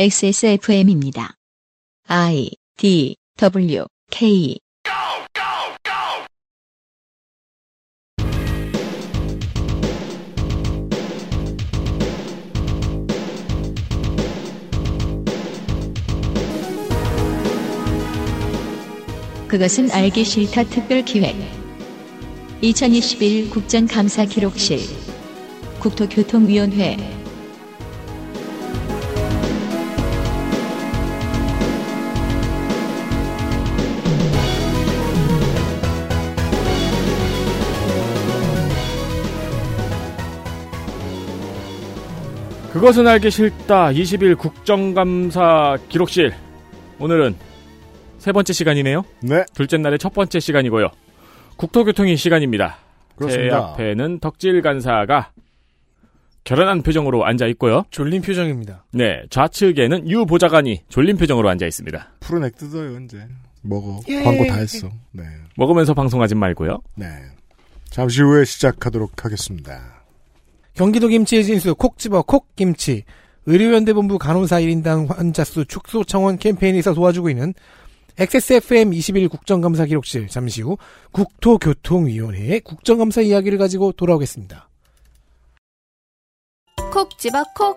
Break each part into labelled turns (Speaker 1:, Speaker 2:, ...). Speaker 1: XSFM입니다. I D W K 그것은 알기 싫다 특별 기획 2021 국정감사 기록실 국토교통위원회
Speaker 2: 그것은 알기 싫다 20일 국정감사 기록실 오늘은 세 번째 시간이네요
Speaker 3: 네,
Speaker 2: 둘째 날의 첫 번째 시간이고요 국토교통이 시간입니다 제
Speaker 3: 그렇습니다.
Speaker 2: 앞에는 덕질 간사가 결연한 표정으로 앉아 있고요
Speaker 4: 졸린 표정입니다.
Speaker 2: 네 좌측에는 유 보좌관이 졸린 표정으로 앉아 있습니다
Speaker 3: 푸른 액 뜯어요 이제 먹어
Speaker 4: 예.
Speaker 3: 광고 다 했어. 네,
Speaker 2: 먹으면서 방송하지 말고요
Speaker 3: 네. 잠시 후에 시작하도록 하겠습니다.
Speaker 4: 경기도 김치의 진수 콕 집어 콕 김치. 의료연대본부 간호사 1인당 환자 수 축소 청원 캠페인에서 도와주고 있는 XSFM 21 국정감사 기록실 잠시 후 국토교통위원회의 국정감사 이야기를 가지고 돌아오겠습니다.
Speaker 5: 콕 집어 콕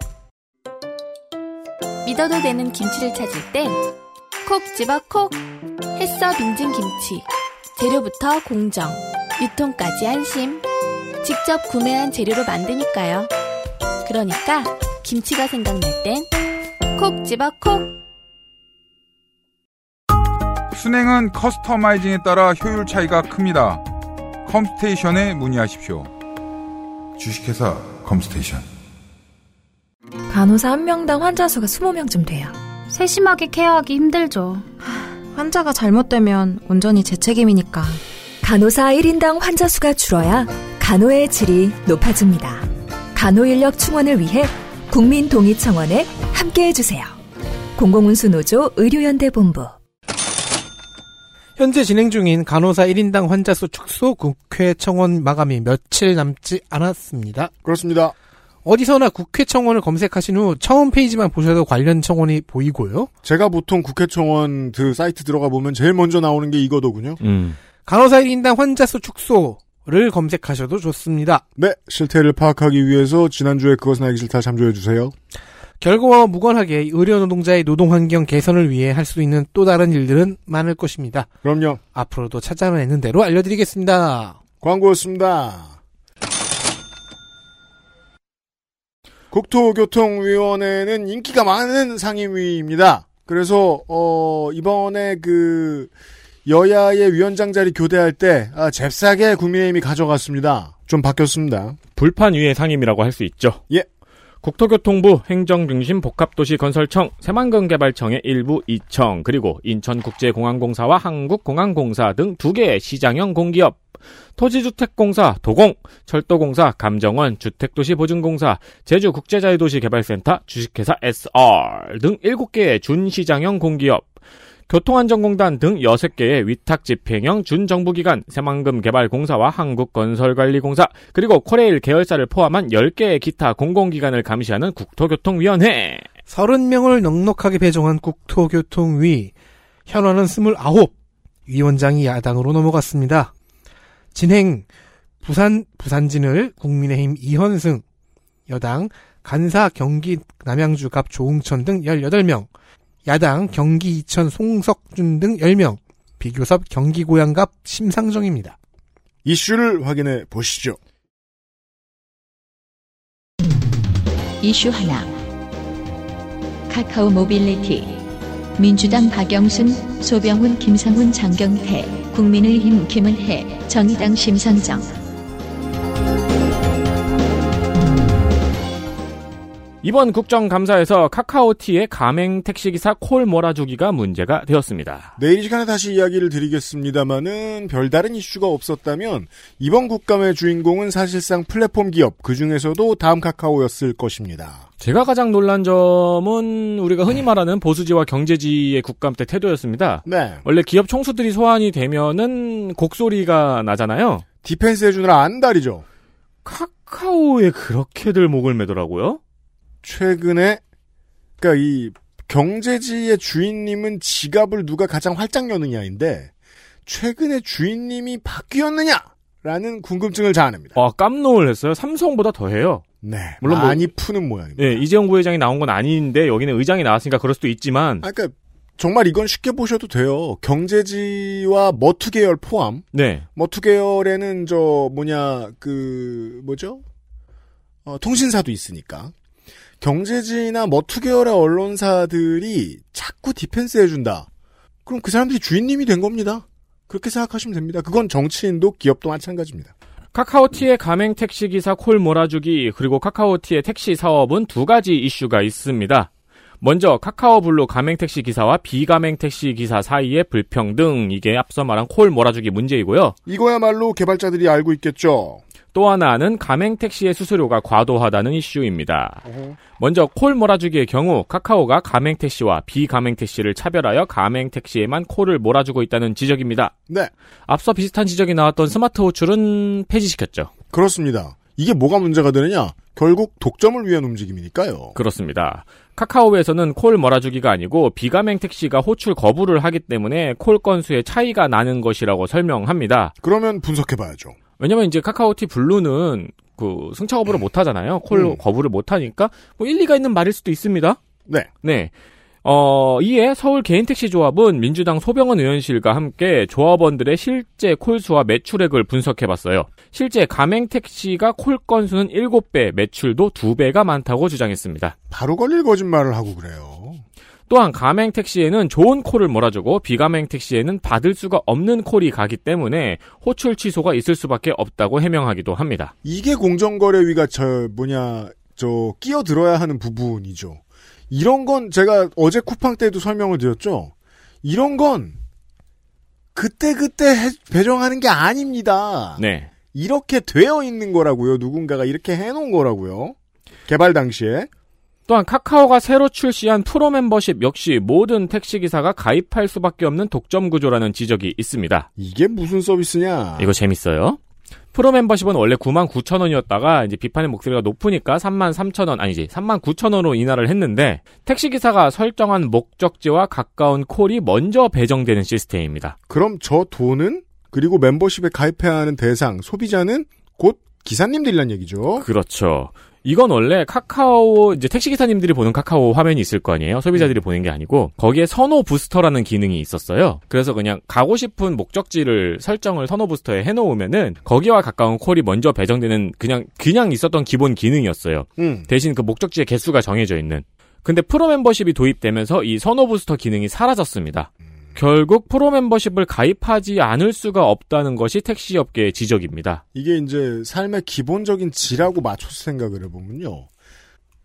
Speaker 5: 믿어도 되는 김치를 찾을 땐 콕 집어 콕 햇서 빙진 김치 재료부터 공정 유통까지 안심 직접 구매한 재료로 만드니까요 그러니까 김치가 생각날 땐 콕 집어 콕
Speaker 6: 순행은 커스터마이징에 따라 효율 차이가 큽니다. 컴스테이션에 문의하십시오. 주식회사 컴스테이션.
Speaker 7: 간호사 한 명당 환자 수가 20명쯤 돼요.
Speaker 8: 세심하게 케어하기 힘들죠.
Speaker 7: 환자가 잘못되면 온전히 제 책임이니까. 간호사 1인당 환자 수가 줄어야 간호의 질이 높아집니다. 간호 인력 충원을 위해 국민 동의 청원에 함께 해 주세요. 공공운수 노조 의료연대 본부.
Speaker 4: 현재 진행 중인 간호사 1인당 환자 수 축소 국회 청원 마감이 며칠 남지 않았습니다.
Speaker 3: 그렇습니다.
Speaker 4: 어디서나 국회 청원을 검색하신 후 처음 페이지만 보셔도 관련 청원이 보이고요.
Speaker 3: 제가 보통 국회청원 그 사이트 들어가 보면 제일 먼저 나오는 게 이거더군요.
Speaker 2: 음.
Speaker 4: 간호사 1인당 환자 수 축소를 검색하셔도 좋습니다.
Speaker 3: 네, 실태를 파악하기 위해서 지난주에 그것은 알기 싫다 참조해 주세요.
Speaker 4: 결과와 무관하게 의료 노동자의 노동 환경 개선을 위해 할 수 있는 또 다른 일들은 많을 것입니다.
Speaker 3: 그럼요.
Speaker 4: 앞으로도 찾아내는 대로 알려드리겠습니다.
Speaker 3: 광고였습니다. 국토교통위원회는 인기가 많은 상임위입니다. 그래서 어, 이번에 그 여야의 위원장 자리 교대할 때 아, 잽싸게 국민의힘이 가져갔습니다. 좀 바뀌었습니다.
Speaker 2: 불판 위의 상임이라고 할 수 있죠
Speaker 3: 예.
Speaker 2: 국토교통부 행정중심 복합도시건설청 새만금개발청의 일부 2청 그리고 인천국제공항공사와 한국공항공사 등 두 개의 시장형 공기업 토지주택공사 도공 철도공사 감정원 주택도시보증공사 제주국제자유도시개발센터 주식회사 SR 등 7개의 준시장형 공기업 교통안전공단 등 6개의 위탁집행형 준정부기관, 새만금개발공사와 한국건설관리공사, 그리고 코레일 계열사를 포함한 10개의 기타 공공기관을 감시하는 국토교통위원회.
Speaker 4: 30명을 넉넉하게 배정한 국토교통위 현원은 29 위원장이 야당으로 넘어갔습니다. 진행 부산 부산진을 국민의힘 이현승 여당 간사 경기 남양주갑 조웅천 등 18명 야당 경기 이천 송석준 등 10명 비교섭 경기 고양갑 심상정입니다.
Speaker 3: 이슈를 확인해 보시죠.
Speaker 1: 이슈 하나 카카오 모빌리티 민주당 박영순, 소병훈, 김상훈, 장경태, 국민의힘 김은혜, 정의당 심상정
Speaker 2: 이번 국정감사에서 카카오티의 가맹 택시기사 콜 몰아주기가 문제가 되었습니다.
Speaker 3: 내일 이 시간에 다시 이야기를 드리겠습니다만은 별다른 이슈가 없었다면 이번 국감의 주인공은 사실상 플랫폼 기업 그 중에서도 다음 카카오였을 것입니다.
Speaker 2: 제가 가장 놀란 점은 우리가 흔히 말하는 보수지와 경제지의 국감 때 태도였습니다.
Speaker 3: 네.
Speaker 2: 원래 기업 총수들이 소환이 되면은 곡소리가 나잖아요.
Speaker 3: 디펜스 해주느라 안달이죠.
Speaker 2: 카카오에 그렇게들 목을 매더라고요.
Speaker 3: 최근에 그러니까 이 경제지의 주인님은 지갑을 누가 가장 활짝 여느냐인데 최근에 주인님이 바뀌었느냐라는 궁금증을 자아냅니다.
Speaker 2: 아, 깜놀 했어요. 삼성보다 더 해요.
Speaker 3: 네,
Speaker 2: 물론
Speaker 3: 물론
Speaker 2: 뭐-
Speaker 3: 많이 푸는 모양입니다.
Speaker 2: 예, 이재용 부회장이 나온 건 아닌데 여기는 의장이 나왔으니까 그럴 수도 있지만
Speaker 3: 아, 그러니까 정말 이건 쉽게 보셔도 돼요. 경제지와 머투 계열 포함.
Speaker 2: 네.
Speaker 3: 머투 계열에는 뭐 저 뭐냐 그 뭐죠? 어, 통신사도 있으니까. 경제지나 뭐 머투 계열의 언론사들이 자꾸 디펜스 해준다. 그럼 그 사람들이 주인님이 된 겁니다. 그렇게 생각하시면 됩니다. 그건 정치인도 기업도 마찬가지입니다.
Speaker 2: 카카오티의 가맹 택시 기사 콜 몰아주기 그리고 카카오티의 택시 사업은 두 가지 이슈가 있습니다. 먼저 카카오블루 가맹 택시 기사와 비가맹 택시 기사 사이의 불평등 이게 앞서 말한 콜 몰아주기 문제이고요.
Speaker 3: 이거야말로 개발자들이 알고 있겠죠.
Speaker 2: 또 하나는 가맹 택시의 수수료가 과도하다는 이슈입니다. 먼저 콜 몰아주기의 경우 카카오가 가맹 택시와 비가맹 택시를 차별하여 가맹 택시에만 콜을 몰아주고 있다는 지적입니다.
Speaker 3: 네,
Speaker 2: 앞서 비슷한 지적이 나왔던 스마트 호출은 폐지시켰죠.
Speaker 3: 그렇습니다. 이게 뭐가 문제가 되느냐? 결국 독점을 위한 움직임이니까요.
Speaker 2: 그렇습니다. 카카오에서는 콜 몰아주기가 아니고 비가맹 택시가 호출 거부를 하기 때문에 콜 건수의 차이가 나는 것이라고 설명합니다.
Speaker 3: 그러면 분석해봐야죠.
Speaker 2: 왜냐면 이제 카카오티 블루는 그 승차 거부를 못 하잖아요. 콜
Speaker 3: 음.
Speaker 2: 거부를 못 하니까 뭐 일리가 있는 말일 수도 있습니다.
Speaker 3: 네.
Speaker 2: 네. 어, 이에 서울 개인택시조합은 민주당 소병원 의원실과 함께 조합원들의 실제 콜수와 매출액을 분석해봤어요. 실제 가맹택시가 콜 건수는 7배, 매출도 2배가 많다고 주장했습니다.
Speaker 3: 바로 걸릴 거짓말을 하고 그래요.
Speaker 2: 또한 가맹 택시에는 좋은 콜을 몰아주고 비가맹 택시에는 받을 수가 없는 콜이 가기 때문에 호출 취소가 있을 수밖에 없다고 해명하기도 합니다.
Speaker 3: 이게 공정거래위가 저 뭐냐 저 끼어들어야 하는 부분이죠. 이런 건 제가 어제 쿠팡 때도 설명을 드렸죠. 이런 건 그때 그때 해- 배정하는 게 아닙니다.
Speaker 2: 네.
Speaker 3: 이렇게 되어 있는 거라고요. 누군가가 이렇게 해놓은 거라고요. 개발 당시에
Speaker 2: 또한 카카오가 새로 출시한 프로 멤버십 역시 모든 택시 기사가 가입할 수밖에 없는 독점 구조라는 지적이 있습니다.
Speaker 3: 이게 무슨 서비스냐?
Speaker 2: 이거 재밌어요. 프로 멤버십은 원래 9만 9천 원이었다가 이제 비판의 목소리가 높으니까 3만 3천 원 아니지 3만 9천 원으로 인하를 했는데 택시 기사가 설정한 목적지와 가까운 콜이 먼저 배정되는 시스템입니다.
Speaker 3: 그럼 저 돈은 그리고 멤버십에 가입해야 하는 대상 소비자는 곧 기사님들이란 얘기죠.
Speaker 2: 그렇죠. 이건 원래 카카오 이제 택시 기사님들이 보는 카카오 화면이 있을 거 아니에요. 소비자들이 보는 게 아니고 거기에 선호 부스터라는 기능이 있었어요. 그래서 그냥 가고 싶은 목적지를 설정을 선호 부스터에 해놓으면은 거기와 가까운 콜이 먼저 배정되는 그냥 그냥 있었던 기본 기능이었어요.
Speaker 3: 음.
Speaker 2: 대신 그 목적지의 개수가 정해져 있는. 근데 프로 멤버십이 도입되면서 이 선호 부스터 기능이 사라졌습니다. 결국 프로 멤버십을 가입하지 않을 수가 없다는 것이 택시 업계의 지적입니다.
Speaker 3: 이게 이제 삶의 기본적인 질하고 맞춰서 생각을 해보면요.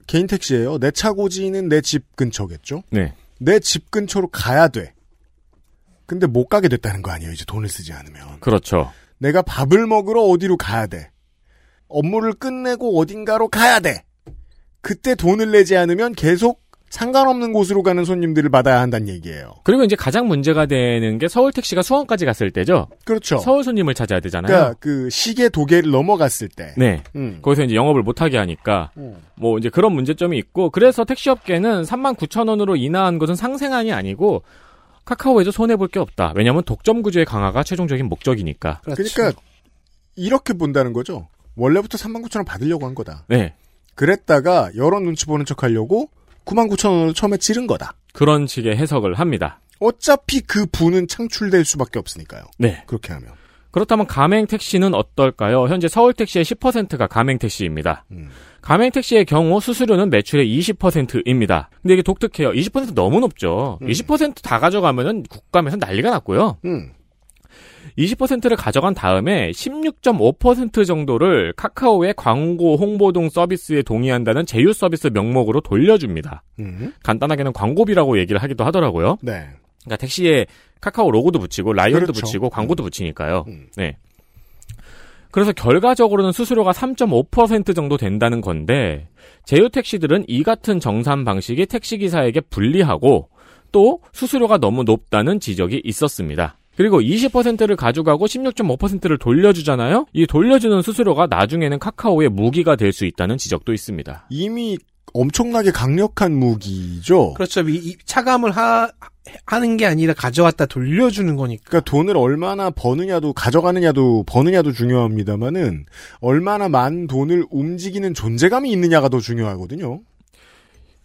Speaker 3: 개인 택시예요. 내 차 고지는 내 집 근처겠죠.
Speaker 2: 네.
Speaker 3: 내 집 근처로 가야 돼. 근데 못 가게 됐다는 거 아니에요. 이제 돈을 쓰지 않으면.
Speaker 2: 그렇죠.
Speaker 3: 내가 밥을 먹으러 어디로 가야 돼. 업무를 끝내고 어딘가로 가야 돼. 그때 돈을 내지 않으면 계속 상관없는 곳으로 가는 손님들을 받아야 한다는 얘기예요.
Speaker 2: 그리고 이제 가장 문제가 되는 게 서울 택시가 수원까지 갔을 때죠.
Speaker 3: 그렇죠.
Speaker 2: 서울 손님을 찾아야 되잖아요.
Speaker 3: 그러니까 그 시계 도계를 넘어갔을 때.
Speaker 2: 네.
Speaker 3: 음.
Speaker 2: 거기서 이제 영업을 못하게 하니까 뭐 이제 그런 문제점이 있고 그래서 택시업계는 39,000원으로 인하한 것은 상생안이 아니고 카카오에서 손해 볼 게 없다. 왜냐하면 독점 구조의 강화가 최종적인 목적이니까.
Speaker 4: 그렇죠.
Speaker 3: 그러니까 이렇게 본다는 거죠. 원래부터 39,000원 받으려고 한 거다.
Speaker 2: 네.
Speaker 3: 그랬다가 여러 눈치 보는 척 하려고 99,000원으로 처음에 찌른 거다.
Speaker 2: 그런 식의 해석을 합니다.
Speaker 3: 어차피 그 부는 창출될 수밖에 없으니까요.
Speaker 2: 네.
Speaker 3: 그렇게 하면.
Speaker 2: 그렇다면 가맹 택시는 어떨까요? 현재 서울 택시의 10%가 가맹 택시입니다.
Speaker 3: 음.
Speaker 2: 가맹 택시의 경우 수수료는 매출의 20%입니다. 근데 이게 독특해요. 20% 너무 높죠. 20%다 가져가면은 국감에서 난리가 났고요.
Speaker 3: 음.
Speaker 2: 20%를 가져간 다음에 16.5% 정도를 카카오의 광고 홍보 등 서비스에 동의한다는 제휴 서비스 명목으로 돌려줍니다.
Speaker 3: 음.
Speaker 2: 간단하게는 광고비라고 얘기를 하기도 하더라고요.
Speaker 3: 네.
Speaker 2: 그러니까 택시에 카카오 로고도 붙이고 라이언도
Speaker 3: 그렇죠.
Speaker 2: 붙이고 광고도 붙이니까요.
Speaker 3: 음.
Speaker 2: 네. 그래서 결과적으로는 수수료가 3.5% 정도 된다는 건데 제휴 택시들은 이 같은 정산 방식이 택시 기사에게 불리하고 또 수수료가 너무 높다는 지적이 있었습니다. 그리고 20%를 가져가고 16.5%를 돌려주잖아요. 이 돌려주는 수수료가 나중에는 카카오의 무기가 될 수 있다는 지적도 있습니다.
Speaker 3: 이미 엄청나게 강력한 무기죠.
Speaker 4: 그렇죠. 이, 이 차감을 하, 하는 게 아니라 가져왔다 돌려주는 거니까.
Speaker 3: 그러니까 돈을 얼마나 버느냐도 가져가느냐도 버느냐도 중요합니다만은 얼마나 많은 돈을 움직이는 존재감이 있느냐가 더 중요하거든요.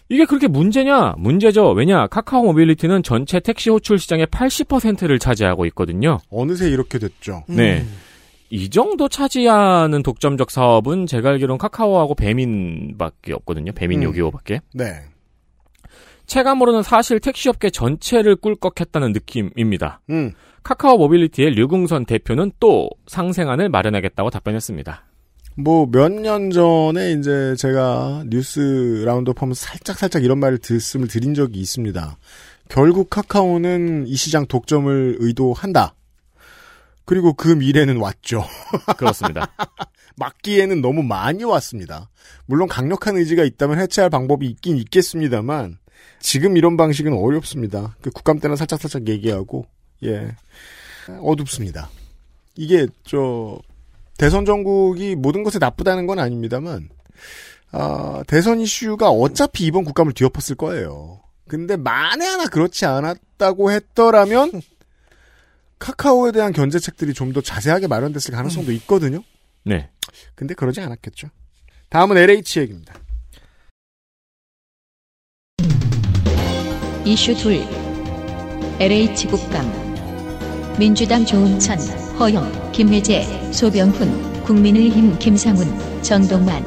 Speaker 2: 이게 그렇게 문제냐? 문제죠. 왜냐? 카카오 모빌리티는 전체 택시 호출 시장의 80%를 차지하고 있거든요.
Speaker 3: 어느새 이렇게 됐죠.
Speaker 2: 네. 이 정도 차지하는 독점적 사업은 제가 알기로는 카카오하고 배민밖에 없거든요. 배민
Speaker 3: 음.
Speaker 2: 요기오밖에.
Speaker 3: 네.
Speaker 2: 체감으로는 사실 택시업계 전체를 꿀꺽했다는 느낌입니다.
Speaker 3: 음.
Speaker 2: 카카오 모빌리티의 류궁선 대표는 또 상생안을 마련하겠다고 답변했습니다.
Speaker 3: 뭐 몇 년 전에 이제 제가 뉴스 라운드업 하면서 살짝 살짝 이런 말을 듣음을 드린 적이 있습니다. 결국 카카오는 이 시장 독점을 의도한다. 그리고 그 미래는 왔죠.
Speaker 2: 그렇습니다.
Speaker 3: 막기에는 너무 많이 왔습니다. 물론 강력한 의지가 있다면 해체할 방법이 있긴 있겠습니다만 지금 이런 방식은 어렵습니다. 그 국감 때는 살짝살짝 얘기하고 예 어둡습니다. 이게 저 대선 전국이 모든 것에 나쁘다는 건 아닙니다만 아, 대선 이슈가 어차피 이번 국감을 뒤엎었을 거예요. 근데 만에 하나 그렇지 않았다고 했더라면 카카오에 대한 견제책들이 좀 더 자세하게 마련됐을 가능성도 있거든요.
Speaker 2: 네.
Speaker 3: 근데 그러지 않았겠죠. 다음은 LH 얘기입니다.
Speaker 1: 이슈 둘 LH 국감 민주당 조은천, 허영, 김혜재, 소병훈, 국민의힘 김상훈, 정동만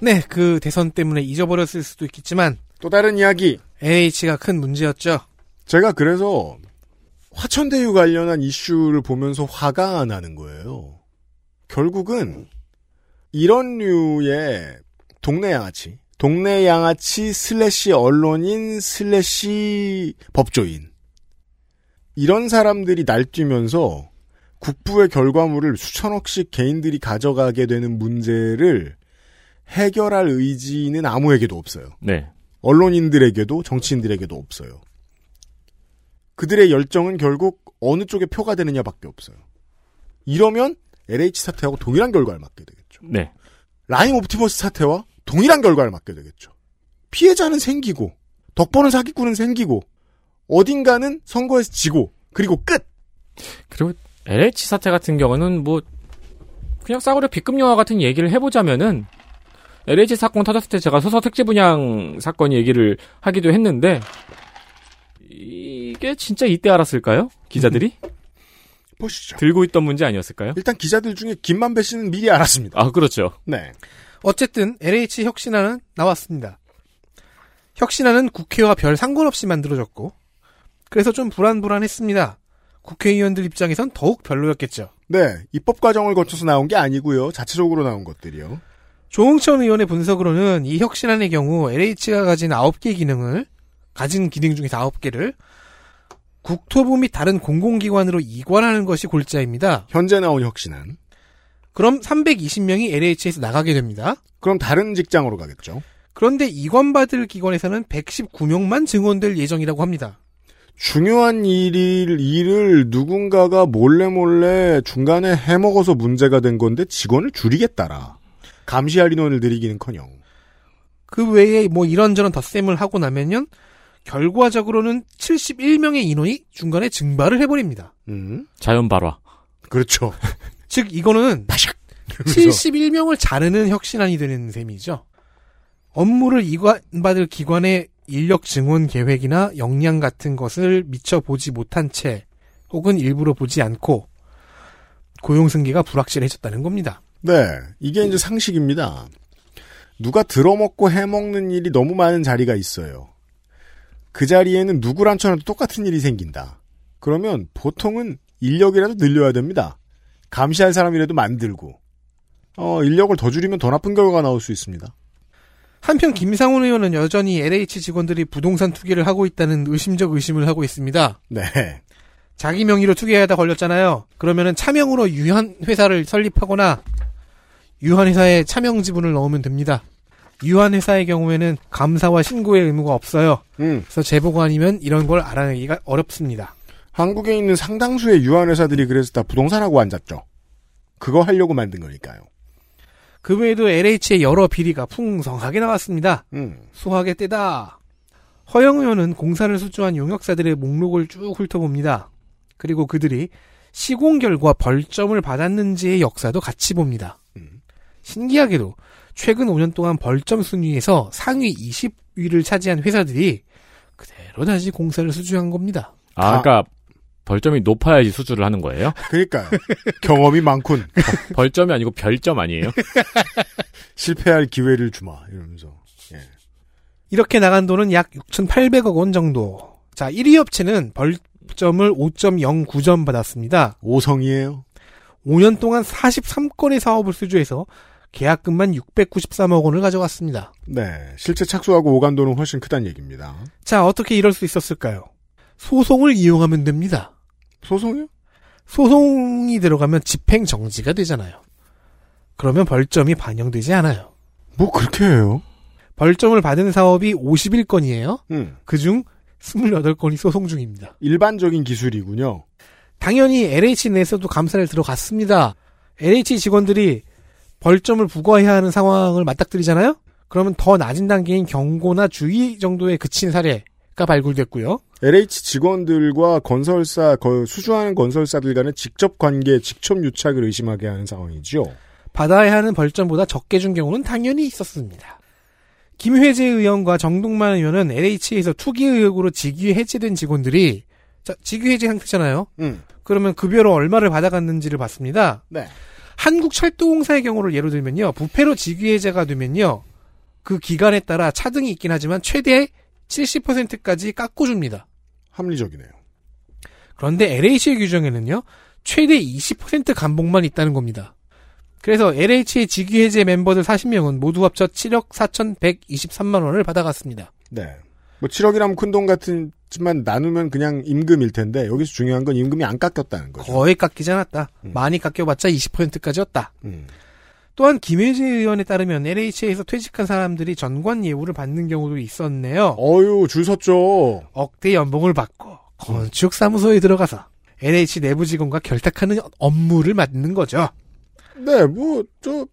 Speaker 4: 네, 그 대선 때문에 잊어버렸을 수도 있겠지만
Speaker 3: 또 다른 이야기.
Speaker 4: NH가 큰 문제였죠.
Speaker 3: 제가 그래서 화천대유 관련한 이슈를 보면서 화가 나는 거예요. 결국은 이런 류의 동네 양아치, 동네 양아치 슬래시 언론인 슬래시 법조인 이런 사람들이 날뛰면서 국부의 결과물을 수천억씩 개인들이 가져가게 되는 문제를 해결할 의지는 아무에게도 없어요.
Speaker 2: 네.
Speaker 3: 언론인들에게도 정치인들에게도 없어요. 그들의 열정은 결국 어느 쪽에 표가 되느냐밖에 없어요. 이러면 LH 사태하고 동일한 결과를 맞게 되겠죠.
Speaker 2: 네.
Speaker 3: 라임 옵티머스 사태와 동일한 결과를 맞게 되겠죠. 피해자는 생기고 덕보는 사기꾼은 생기고 어딘가는 선거에서 지고 그리고 끝.
Speaker 2: 그리고 LH 사태 같은 경우는 뭐 그냥 싸구려 B급 영화 같은 얘기를 해보자면은 LH 사건 터졌을 때 제가 소서 택지 분양 사건 얘기를 하기도 했는데 이게 진짜 이때 알았을까요? 기자들이
Speaker 3: 보시죠.
Speaker 2: 들고 있던 문제 아니었을까요?
Speaker 3: 일단 기자들 중에 김만배 씨는 미리 알았습니다.
Speaker 2: 아 그렇죠.
Speaker 3: 네.
Speaker 4: 어쨌든 LH 혁신안은 나왔습니다. 혁신안은 국회와 별 상관없이 만들어졌고 그래서 좀 불안불안했습니다. 국회의원들 입장에선 더욱 별로였겠죠.
Speaker 3: 네. 입법 과정을 거쳐서 나온 게 아니고요. 자체적으로 나온 것들이요.
Speaker 4: 조홍천 의원의 분석으로는 이 혁신안의 경우 LH가 가진 9개 기능을 가진 기능 중에서 9개를 국토부 및 다른 공공기관으로 이관하는 것이 골자입니다.
Speaker 3: 현재 나온 혁신은
Speaker 4: 그럼 320명이 LH에서 나가게 됩니다.
Speaker 3: 그럼 다른 직장으로 가겠죠.
Speaker 4: 그런데 이관받을 기관에서는 119명만 증원될 예정이라고 합니다.
Speaker 3: 중요한 일을, 일을 누군가가 몰래 몰래 중간에 해먹어서 문제가 된 건데 직원을 줄이겠다라. 감시할 인원을 늘리기는커녕.
Speaker 4: 그 외에 뭐 이런저런 덧셈을 하고 나면요. 결과적으로는 71명의 인원이 중간에 증발을 해버립니다.
Speaker 3: 음,
Speaker 2: 자연 발화.
Speaker 3: 그렇죠.
Speaker 4: 즉 이거는
Speaker 3: 그래서
Speaker 4: 71명을 자르는 혁신안이 되는 셈이죠. 업무를 이관받을 기관의 인력 증원 계획이나 역량 같은 것을 미처 보지 못한 채 혹은 일부러 보지 않고 고용 승계가 불확실해졌다는 겁니다.
Speaker 3: 네, 이게 이제 상식입니다. 누가 들어먹고 해먹는 일이 너무 많은 자리가 있어요. 그 자리에는 누굴 앉혀놔도 똑같은 일이 생긴다. 그러면 보통은 인력이라도 늘려야 됩니다. 감시할 사람이라도 만들고. 어, 인력을 더 줄이면 더 나쁜 결과가 나올 수 있습니다.
Speaker 4: 한편 김상훈 의원은 여전히 LH 직원들이 부동산 투기를 하고 있다는 의심적 의심을 하고 있습니다.
Speaker 3: 네.
Speaker 4: 자기 명의로 투기하다 걸렸잖아요. 그러면은 차명으로 유한 회사를 설립하거나 유한 회사에 차명 지분을 넣으면 됩니다. 유한 회사의 경우에는 감사와 신고의 의무가 없어요.
Speaker 3: 음.
Speaker 4: 그래서 제보가 아니면 이런 걸 알아내기가 어렵습니다.
Speaker 3: 한국에 있는 상당수의 유한 회사들이 그래서 다 부동산하고 앉았죠. 그거 하려고 만든 거니까요.
Speaker 4: 금요에도 LH의 여러 비리가 풍성하게 나왔습니다.
Speaker 3: 음.
Speaker 4: 수학의 때다. 허영 의원은 공사를 수주한 용역사들의 목록을 쭉 훑어봅니다. 그리고 그들이 시공 결과 벌점을 받았는지의 역사도 같이 봅니다.
Speaker 3: 음.
Speaker 4: 신기하게도 최근 5년 동안 벌점 순위에서 상위 20위를 차지한 회사들이 그대로 다시 공사를 수주한 겁니다.
Speaker 2: 아,
Speaker 3: 아.
Speaker 2: 그러니까 벌점이 높아야지 수주를 하는 거예요?
Speaker 3: 그러니까요. 경험이 많군.
Speaker 2: 벌점이 아니고 별점 아니에요?
Speaker 3: 실패할 기회를 주마. 이러면서.
Speaker 4: 이렇게 나간 돈은 약 6,800억 원 정도. 자, 1위 업체는 벌점을 5.09점 받았습니다.
Speaker 3: 오성이에요.
Speaker 4: 5년 동안 43건의 사업을 수주해서 계약금만 693억 원을 가져갔습니다.
Speaker 3: 네. 실제 착수하고 오간도는 훨씬 크단 얘기입니다.
Speaker 4: 자, 어떻게 이럴 수 있었을까요? 소송을 이용하면 됩니다.
Speaker 3: 소송이요?
Speaker 4: 소송이 들어가면 집행 정지가 되잖아요. 그러면 벌점이 반영되지 않아요.
Speaker 3: 뭐 그렇게 해요?
Speaker 4: 벌점을 받은 사업이 51건이에요.
Speaker 3: 음.
Speaker 4: 그중 28건이 소송 중입니다.
Speaker 3: 일반적인 기술이군요.
Speaker 4: 당연히 LH 내에서도 감사를 들어갔습니다. LH 직원들이 벌점을 부과해야 하는 상황을 맞닥뜨리잖아요? 그러면 더 낮은 단계인 경고나 주의 정도에 그친 사례가 발굴됐고요.
Speaker 3: LH 직원들과 건설사, 거- 수주하는 건설사들 간의 직접 관계, 직접 유착을 의심하게 하는 상황이죠.
Speaker 4: 받아야 하는 벌점보다 적게 준 경우는 당연히 있었습니다. 김회재 의원과 정동만 의원은 LH에서 투기 의혹으로 직위 해제된 직원들이 자, 직위 해제 상태잖아요.
Speaker 3: 음.
Speaker 4: 그러면 급여로 얼마를 받아갔는지를 봤습니다.
Speaker 3: 네.
Speaker 4: 한국철도공사의 경우를 예로 들면요. 부패로 직위해제가 되면요. 그 기간에 따라 차등이 있긴 하지만 최대 70%까지 깎아줍니다.
Speaker 3: 합리적이네요.
Speaker 4: 그런데 LH의 규정에는요. 최대 20% 감봉만 있다는 겁니다. 그래서 LH의 직위해제 멤버들 40명은 모두 합쳐 7억 4,123만 원을 받아갔습니다.
Speaker 3: 네. 뭐 7억이라면 큰 돈 같지만 나누면 그냥 임금일 텐데 여기서 중요한 건 임금이 안 깎였다는 거죠.
Speaker 4: 거의 깎이지 않았다.
Speaker 3: 음.
Speaker 4: 많이 깎여봤자 20%까지였다.
Speaker 3: 음.
Speaker 4: 또한 김혜재 의원에 따르면 LH에서 퇴직한 사람들이 전관 예우를 받는 경우도 있었네요.
Speaker 3: 어유 줄 섰죠.
Speaker 4: 억대 연봉을 받고 건축 사무소에 들어가서 LH 내부 직원과 결탁하는 업무를 맡는 거죠.
Speaker 3: 네, 뭐 저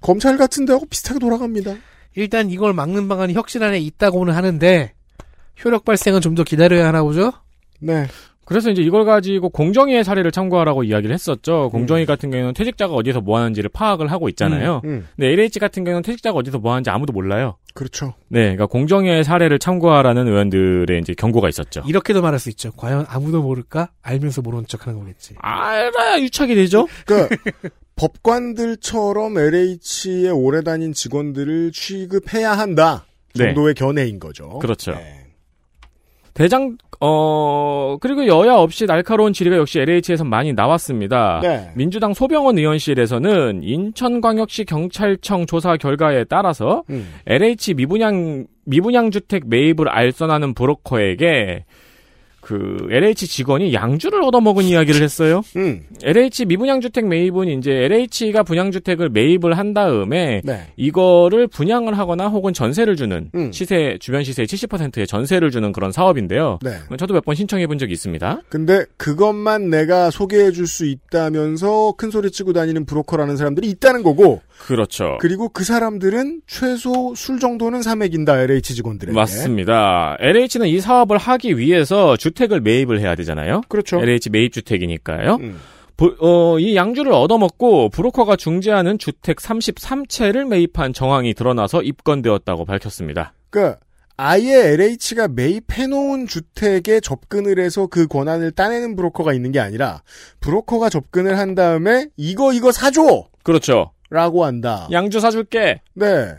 Speaker 3: 검찰 같은 데하고 비슷하게 돌아갑니다.
Speaker 4: 일단 이걸 막는 방안이 혁신 안에 있다고는 하는데 효력 발생은 좀 더 기다려야 하나 보죠.
Speaker 3: 네.
Speaker 2: 그래서 이제 이걸 가지고 공정위의 사례를 참고하라고 이야기를 했었죠. 공정위 같은 경우에는 퇴직자가 어디서 뭐 하는지를 파악을 하고 있잖아요.
Speaker 3: 음.
Speaker 2: 근데 LH 네, 같은 경우는 퇴직자가 어디서 뭐 하는지 아무도 몰라요.
Speaker 3: 그렇죠.
Speaker 2: 네, 그러니까 공정위의 사례를 참고하라는 의원들의 이제 경고가 있었죠.
Speaker 4: 이렇게도 말할 수 있죠. 과연 아무도 모를까? 알면서 모르는 척하는 거겠지.
Speaker 2: 알아야 유착이 되죠.
Speaker 3: 그러니까 법관들처럼 LH에 오래 다닌 직원들을 취급해야 한다
Speaker 2: 네.
Speaker 3: 정도의 견해인 거죠.
Speaker 2: 그렇죠.
Speaker 3: 네.
Speaker 2: 대장 어 그리고 여야 없이 날카로운 질의가 역시 LH에서 많이 나왔습니다.
Speaker 3: 네.
Speaker 2: 민주당 소병원 의원실에서는 인천광역시 경찰청 조사 결과에 따라서
Speaker 3: 음.
Speaker 2: LH 미분양 미분양 주택 매입을 알선하는 브로커에게 그 LH 직원이 양주를 얻어먹은 이야기를 했어요.
Speaker 3: 음.
Speaker 2: LH 미분양 주택 매입은 이제 LH가 분양 주택을 매입을 한 다음에
Speaker 3: 네.
Speaker 2: 이거를 분양을 하거나 혹은 전세를 주는
Speaker 3: 음.
Speaker 2: 시세 주변 시세의 70%의 전세를 주는 그런 사업인데요.
Speaker 3: 네.
Speaker 2: 저도 몇 번 신청해 본 적이 있습니다.
Speaker 3: 근데 그것만 내가 소개해 줄 수 있다면서 큰 소리 치고 다니는 브로커라는 사람들이 있다는 거고
Speaker 2: 그렇죠.
Speaker 3: 그리고 그 사람들은 최소 술 정도는 사맥인다 LH 직원들에게.
Speaker 2: 맞습니다. LH는 이 사업을 하기 위해서 주택을 매입을 해야 되잖아요.
Speaker 3: 그렇죠.
Speaker 2: LH 매입 주택이니까요.
Speaker 3: 음.
Speaker 2: 보- 어, 이 양주를 얻어먹고 브로커가 중재하는 주택 33채를 매입한 정황이 드러나서 입건되었다고 밝혔습니다.
Speaker 3: 그러니까 아예 LH가 매입해놓은 주택에 접근을 해서 그 권한을 따내는 브로커가 있는 게 아니라 브로커가 접근을 한 다음에 이거 이거 사줘
Speaker 2: 그렇죠.
Speaker 3: 라고 한다.
Speaker 2: 양주 사줄게.
Speaker 3: 네.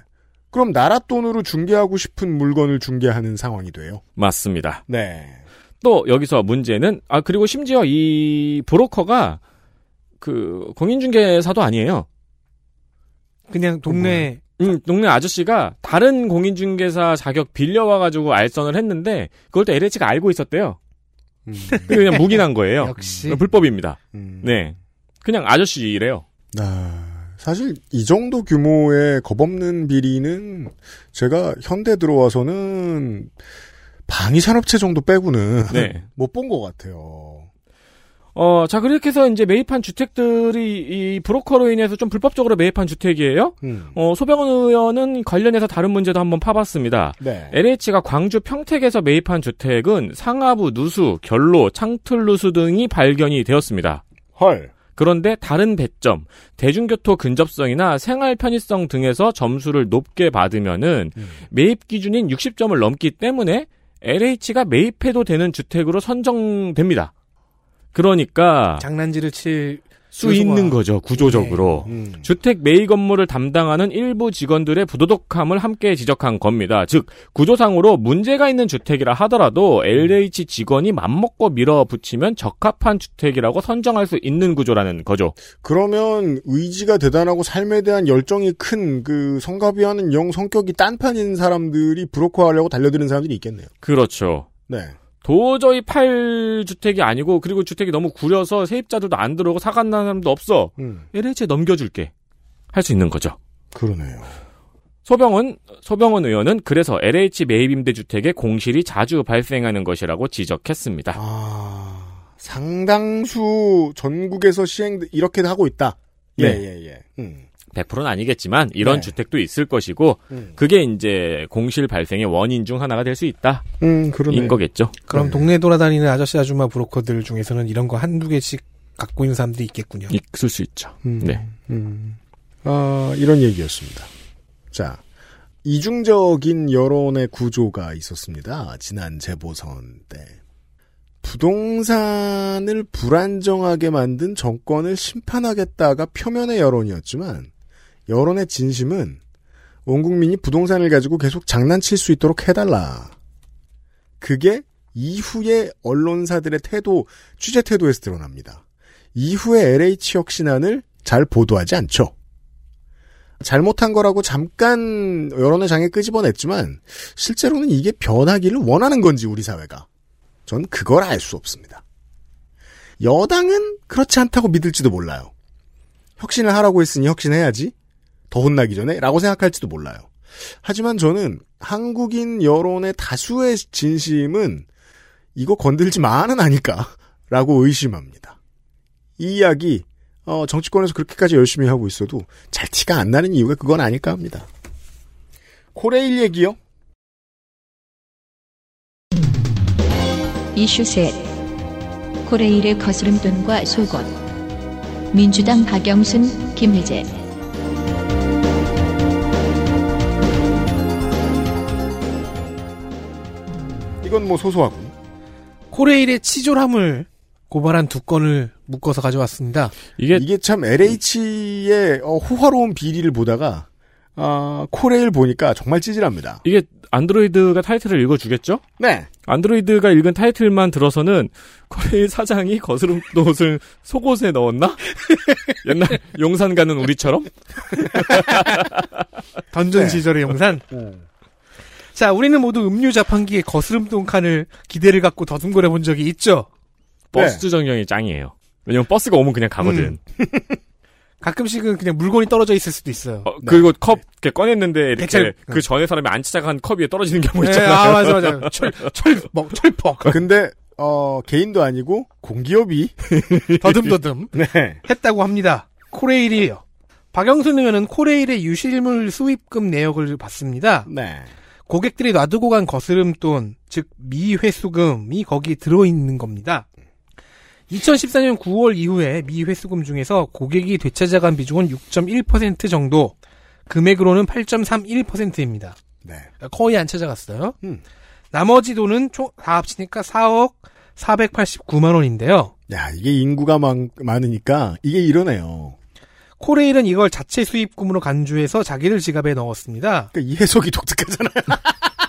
Speaker 3: 그럼 나라 돈으로 중개하고 싶은 물건을 중개하는 상황이 돼요.
Speaker 2: 맞습니다.
Speaker 3: 네.
Speaker 2: 또 여기서 문제는 아 그리고 심지어 이 브로커가 그 공인중개사도 아니에요.
Speaker 4: 그냥 동네
Speaker 2: 음, 동네 아저씨가 다른 공인중개사 자격 빌려와가지고 알선을 했는데 그걸 또 LH가 알고 있었대요.
Speaker 3: 음.
Speaker 2: 그게 그냥 묵인한 거예요.
Speaker 4: 네.
Speaker 2: 뭐-
Speaker 4: 역시
Speaker 2: 불법입니다.
Speaker 3: 음.
Speaker 2: 네. 그냥 아저씨래요.
Speaker 3: 아, 사실 이 정도 규모의 겁없는 비리는 제가 현대 들어와서는 방위산업체 정도 빼고는
Speaker 4: 음.
Speaker 2: 네.
Speaker 3: 못 본 것 같아요.
Speaker 2: 어, 자, 그렇게 해서 이제 매입한 주택들이 이 브로커로 인해서 좀 불법적으로 매입한 주택이에요?
Speaker 3: 음.
Speaker 2: 어, 소병원 의원은 관련해서 다른 문제도 한번 파봤습니다.
Speaker 3: 네.
Speaker 2: LH가 광주 평택에서 매입한 주택은 상하부 누수, 결로, 창틀누수 등이 발견이 되었습니다.
Speaker 3: 헐.
Speaker 2: 그런데 다른 배점, 대중교통 근접성이나 생활 편의성 등에서 점수를 높게 받으면은 매입 기준인 60점을 넘기 때문에 LH가 매입해도 되는 주택으로 선정됩니다. 그러니까
Speaker 4: 장난질을 칠
Speaker 2: 수 있는 거죠, 구조적으로.
Speaker 3: 음.
Speaker 2: 주택 매입 업무를 담당하는 일부 직원들의 부도덕함을 함께 지적한 겁니다. 즉 구조상으로 문제가 있는 주택이라 하더라도 LH 직원이 맘먹고 밀어붙이면 적합한 주택이라고 선정할 수 있는 구조라는 거죠.
Speaker 3: 그러면 의지가 대단하고 삶에 대한 열정이 큰 그 성가비하는 영 성격이 딴판인 사람들이 브로커하려고 달려드는 사람들이 있겠네요.
Speaker 2: 그렇죠.
Speaker 3: 네.
Speaker 2: 도저히 팔 주택이 아니고 그리고 주택이 너무 구려서 세입자들도 안 들어오고 사간다는 사람도 없어.
Speaker 3: 음.
Speaker 2: LH에 넘겨줄게. 할 수 있는 거죠.
Speaker 3: 그러네요.
Speaker 2: 소병은 소병원 의원은 그래서 LH 매입 임대주택의 공실이 자주 발생하는 것이라고 지적했습니다.
Speaker 3: 아, 상당수 전국에서 시행, 이렇게 하고 있다. 예,
Speaker 2: 네.
Speaker 3: 예, 예. 음.
Speaker 2: 100%는 아니겠지만 이런
Speaker 3: 네.
Speaker 2: 주택도 있을 것이고
Speaker 3: 음.
Speaker 2: 그게 이제 공실 발생의 원인 중 하나가 될 수 있다
Speaker 3: 음, 그러네요.
Speaker 2: 인 거겠죠.
Speaker 4: 그럼
Speaker 3: 네.
Speaker 4: 동네 돌아다니는 아저씨 아줌마 브로커들 중에서는 이런 거 한두 개씩 갖고 있는 사람들이 있겠군요.
Speaker 2: 있을 수 있죠.
Speaker 3: 음.
Speaker 2: 네.
Speaker 3: 음. 아, 이런 얘기였습니다. 자, 이중적인 여론의 구조가 있었습니다. 지난 재보선 때. 부동산을 불안정하게 만든 정권을 심판하겠다가 표면의 여론이었지만, 여론의 진심은 온 국민이 부동산을 가지고 계속 장난칠 수 있도록 해달라. 그게 이후에 언론사들의 태도, 취재 태도에서 드러납니다. 이후에 LH 혁신안을 잘 보도하지 않죠. 잘못한 거라고 잠깐 여론의 장에 끄집어냈지만 실제로는 이게 변하기를 원하는 건지 우리 사회가 전 그걸 알 수 없습니다. 여당은 그렇지 않다고 믿을지도 몰라요. 혁신을 하라고 했으니 혁신해야지 더 혼나기 전에라고 생각할지도 몰라요. 하지만 저는 한국인 여론의 다수의 진심은 이거 건들지 마는 아닐까라고 의심합니다. 이 이야기 어, 정치권에서 그렇게까지 열심히 하고 있어도 잘 티가 안 나는 이유가 그건 아닐까 합니다. 코레일 얘기요?
Speaker 1: 이슈 셋 코레일의 거스름돈과 속옷 민주당 박영순, 김혜재
Speaker 3: 이건 뭐 소소하고
Speaker 4: 코레일의 치졸함을 고발한 두 건을 묶어서 가져왔습니다.
Speaker 2: 이게
Speaker 3: 이게 참 LH의 어, 호화로운 비리를 보다가 아, 코레일 보니까 정말 찌질합니다.
Speaker 2: 이게 안드로이드가 타이틀을 읽어주겠죠?
Speaker 3: 네.
Speaker 2: 안드로이드가 읽은 타이틀만 들어서는 코레일 사장이 거스름옷을 속옷에 넣었나? 옛날 용산 가는 우리처럼?
Speaker 4: 던전
Speaker 3: 네.
Speaker 4: 시절의 영상. 자, 우리는 모두 음료 자판기의 거스름돈 칸을 기대를 갖고 더듬거려 본 적이 있죠.
Speaker 2: 버스 정경이 짱이에요. 왜냐면 버스가 오면 그냥 가거든.
Speaker 4: 가끔씩은 그냥 물건이 떨어져 있을 수도 있어요.
Speaker 2: 어, 그리고 컵 이렇게 꺼냈는데 이렇게
Speaker 4: 대체-
Speaker 2: 그 전에 사람이 안 찾아간 컵 위에 떨어지는 경우
Speaker 4: 네,
Speaker 2: 있잖아요.
Speaker 4: 아, 맞아, 맞아. 철, 철, 먹, 철퍽.
Speaker 3: 근데 어, 개인도 아니고 공기업이
Speaker 4: 더듬더듬.
Speaker 3: 네.
Speaker 4: 했다고 합니다. 코레일이에요. 박영순 의원은 코레일의 유실물 수입금 내역을 봤습니다.
Speaker 3: 네.
Speaker 4: 고객들이 놔두고 간 거스름돈, 즉 미회수금이 거기 들어있는 겁니다. 2014년 9월 이후에 미회수금 중에서 고객이 되찾아간 비중은 6.1% 정도, 금액으로는 8.31%입니다.
Speaker 3: 네.
Speaker 4: 거의 안 찾아갔어요.
Speaker 3: 음.
Speaker 4: 나머지 돈은 총 다 합치니까 4억 489만 원인데요.
Speaker 3: 야, 이게 인구가 많, 많으니까 이게 이러네요.
Speaker 4: 코레일은 이걸 자체 수입금으로 간주해서 자기들 지갑에 넣었습니다.
Speaker 3: 그러니까 이 해석이 독특하잖아요.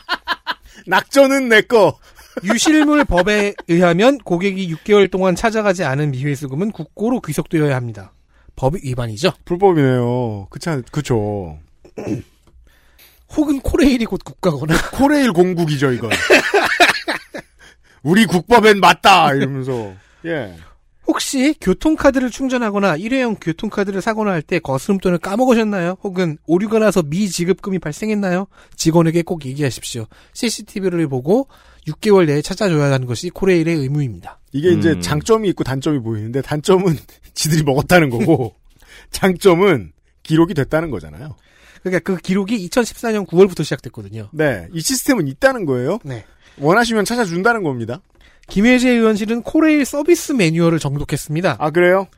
Speaker 3: 낙전은 내 거.
Speaker 4: 유실물 법에 의하면 고객이 6개월 동안 찾아가지 않은 미회수금은 국고로 귀속되어야 합니다. 법 위반이죠.
Speaker 3: 불법이네요. 그쵸, 그쵸.
Speaker 4: 혹은 코레일이 곧 국가거나
Speaker 3: 코레일 공국이죠, 이건. 우리 국법엔 맞다! 이러면서. 예.
Speaker 4: 혹시 교통카드를 충전하거나 일회용 교통카드를 사거나 할 때 거스름돈을 까먹으셨나요? 혹은 오류가 나서 미지급금이 발생했나요? 직원에게 꼭 얘기하십시오. CCTV를 보고 6개월 내에 찾아줘야 하는 것이 코레일의 의무입니다.
Speaker 3: 이게 이제
Speaker 2: 음.
Speaker 3: 장점이 있고 단점이 보이는데 단점은 지들이 먹었다는 거고 장점은 기록이 됐다는 거잖아요.
Speaker 4: 그러니까 그 기록이 2014년 9월부터 시작됐거든요.
Speaker 3: 네, 이 시스템은 있다는 거예요.
Speaker 4: 네.
Speaker 3: 원하시면 찾아준다는 겁니다.
Speaker 4: 김혜재 의원실은 코레일 서비스 매뉴얼을 정독했습니다.
Speaker 3: 아 그래요?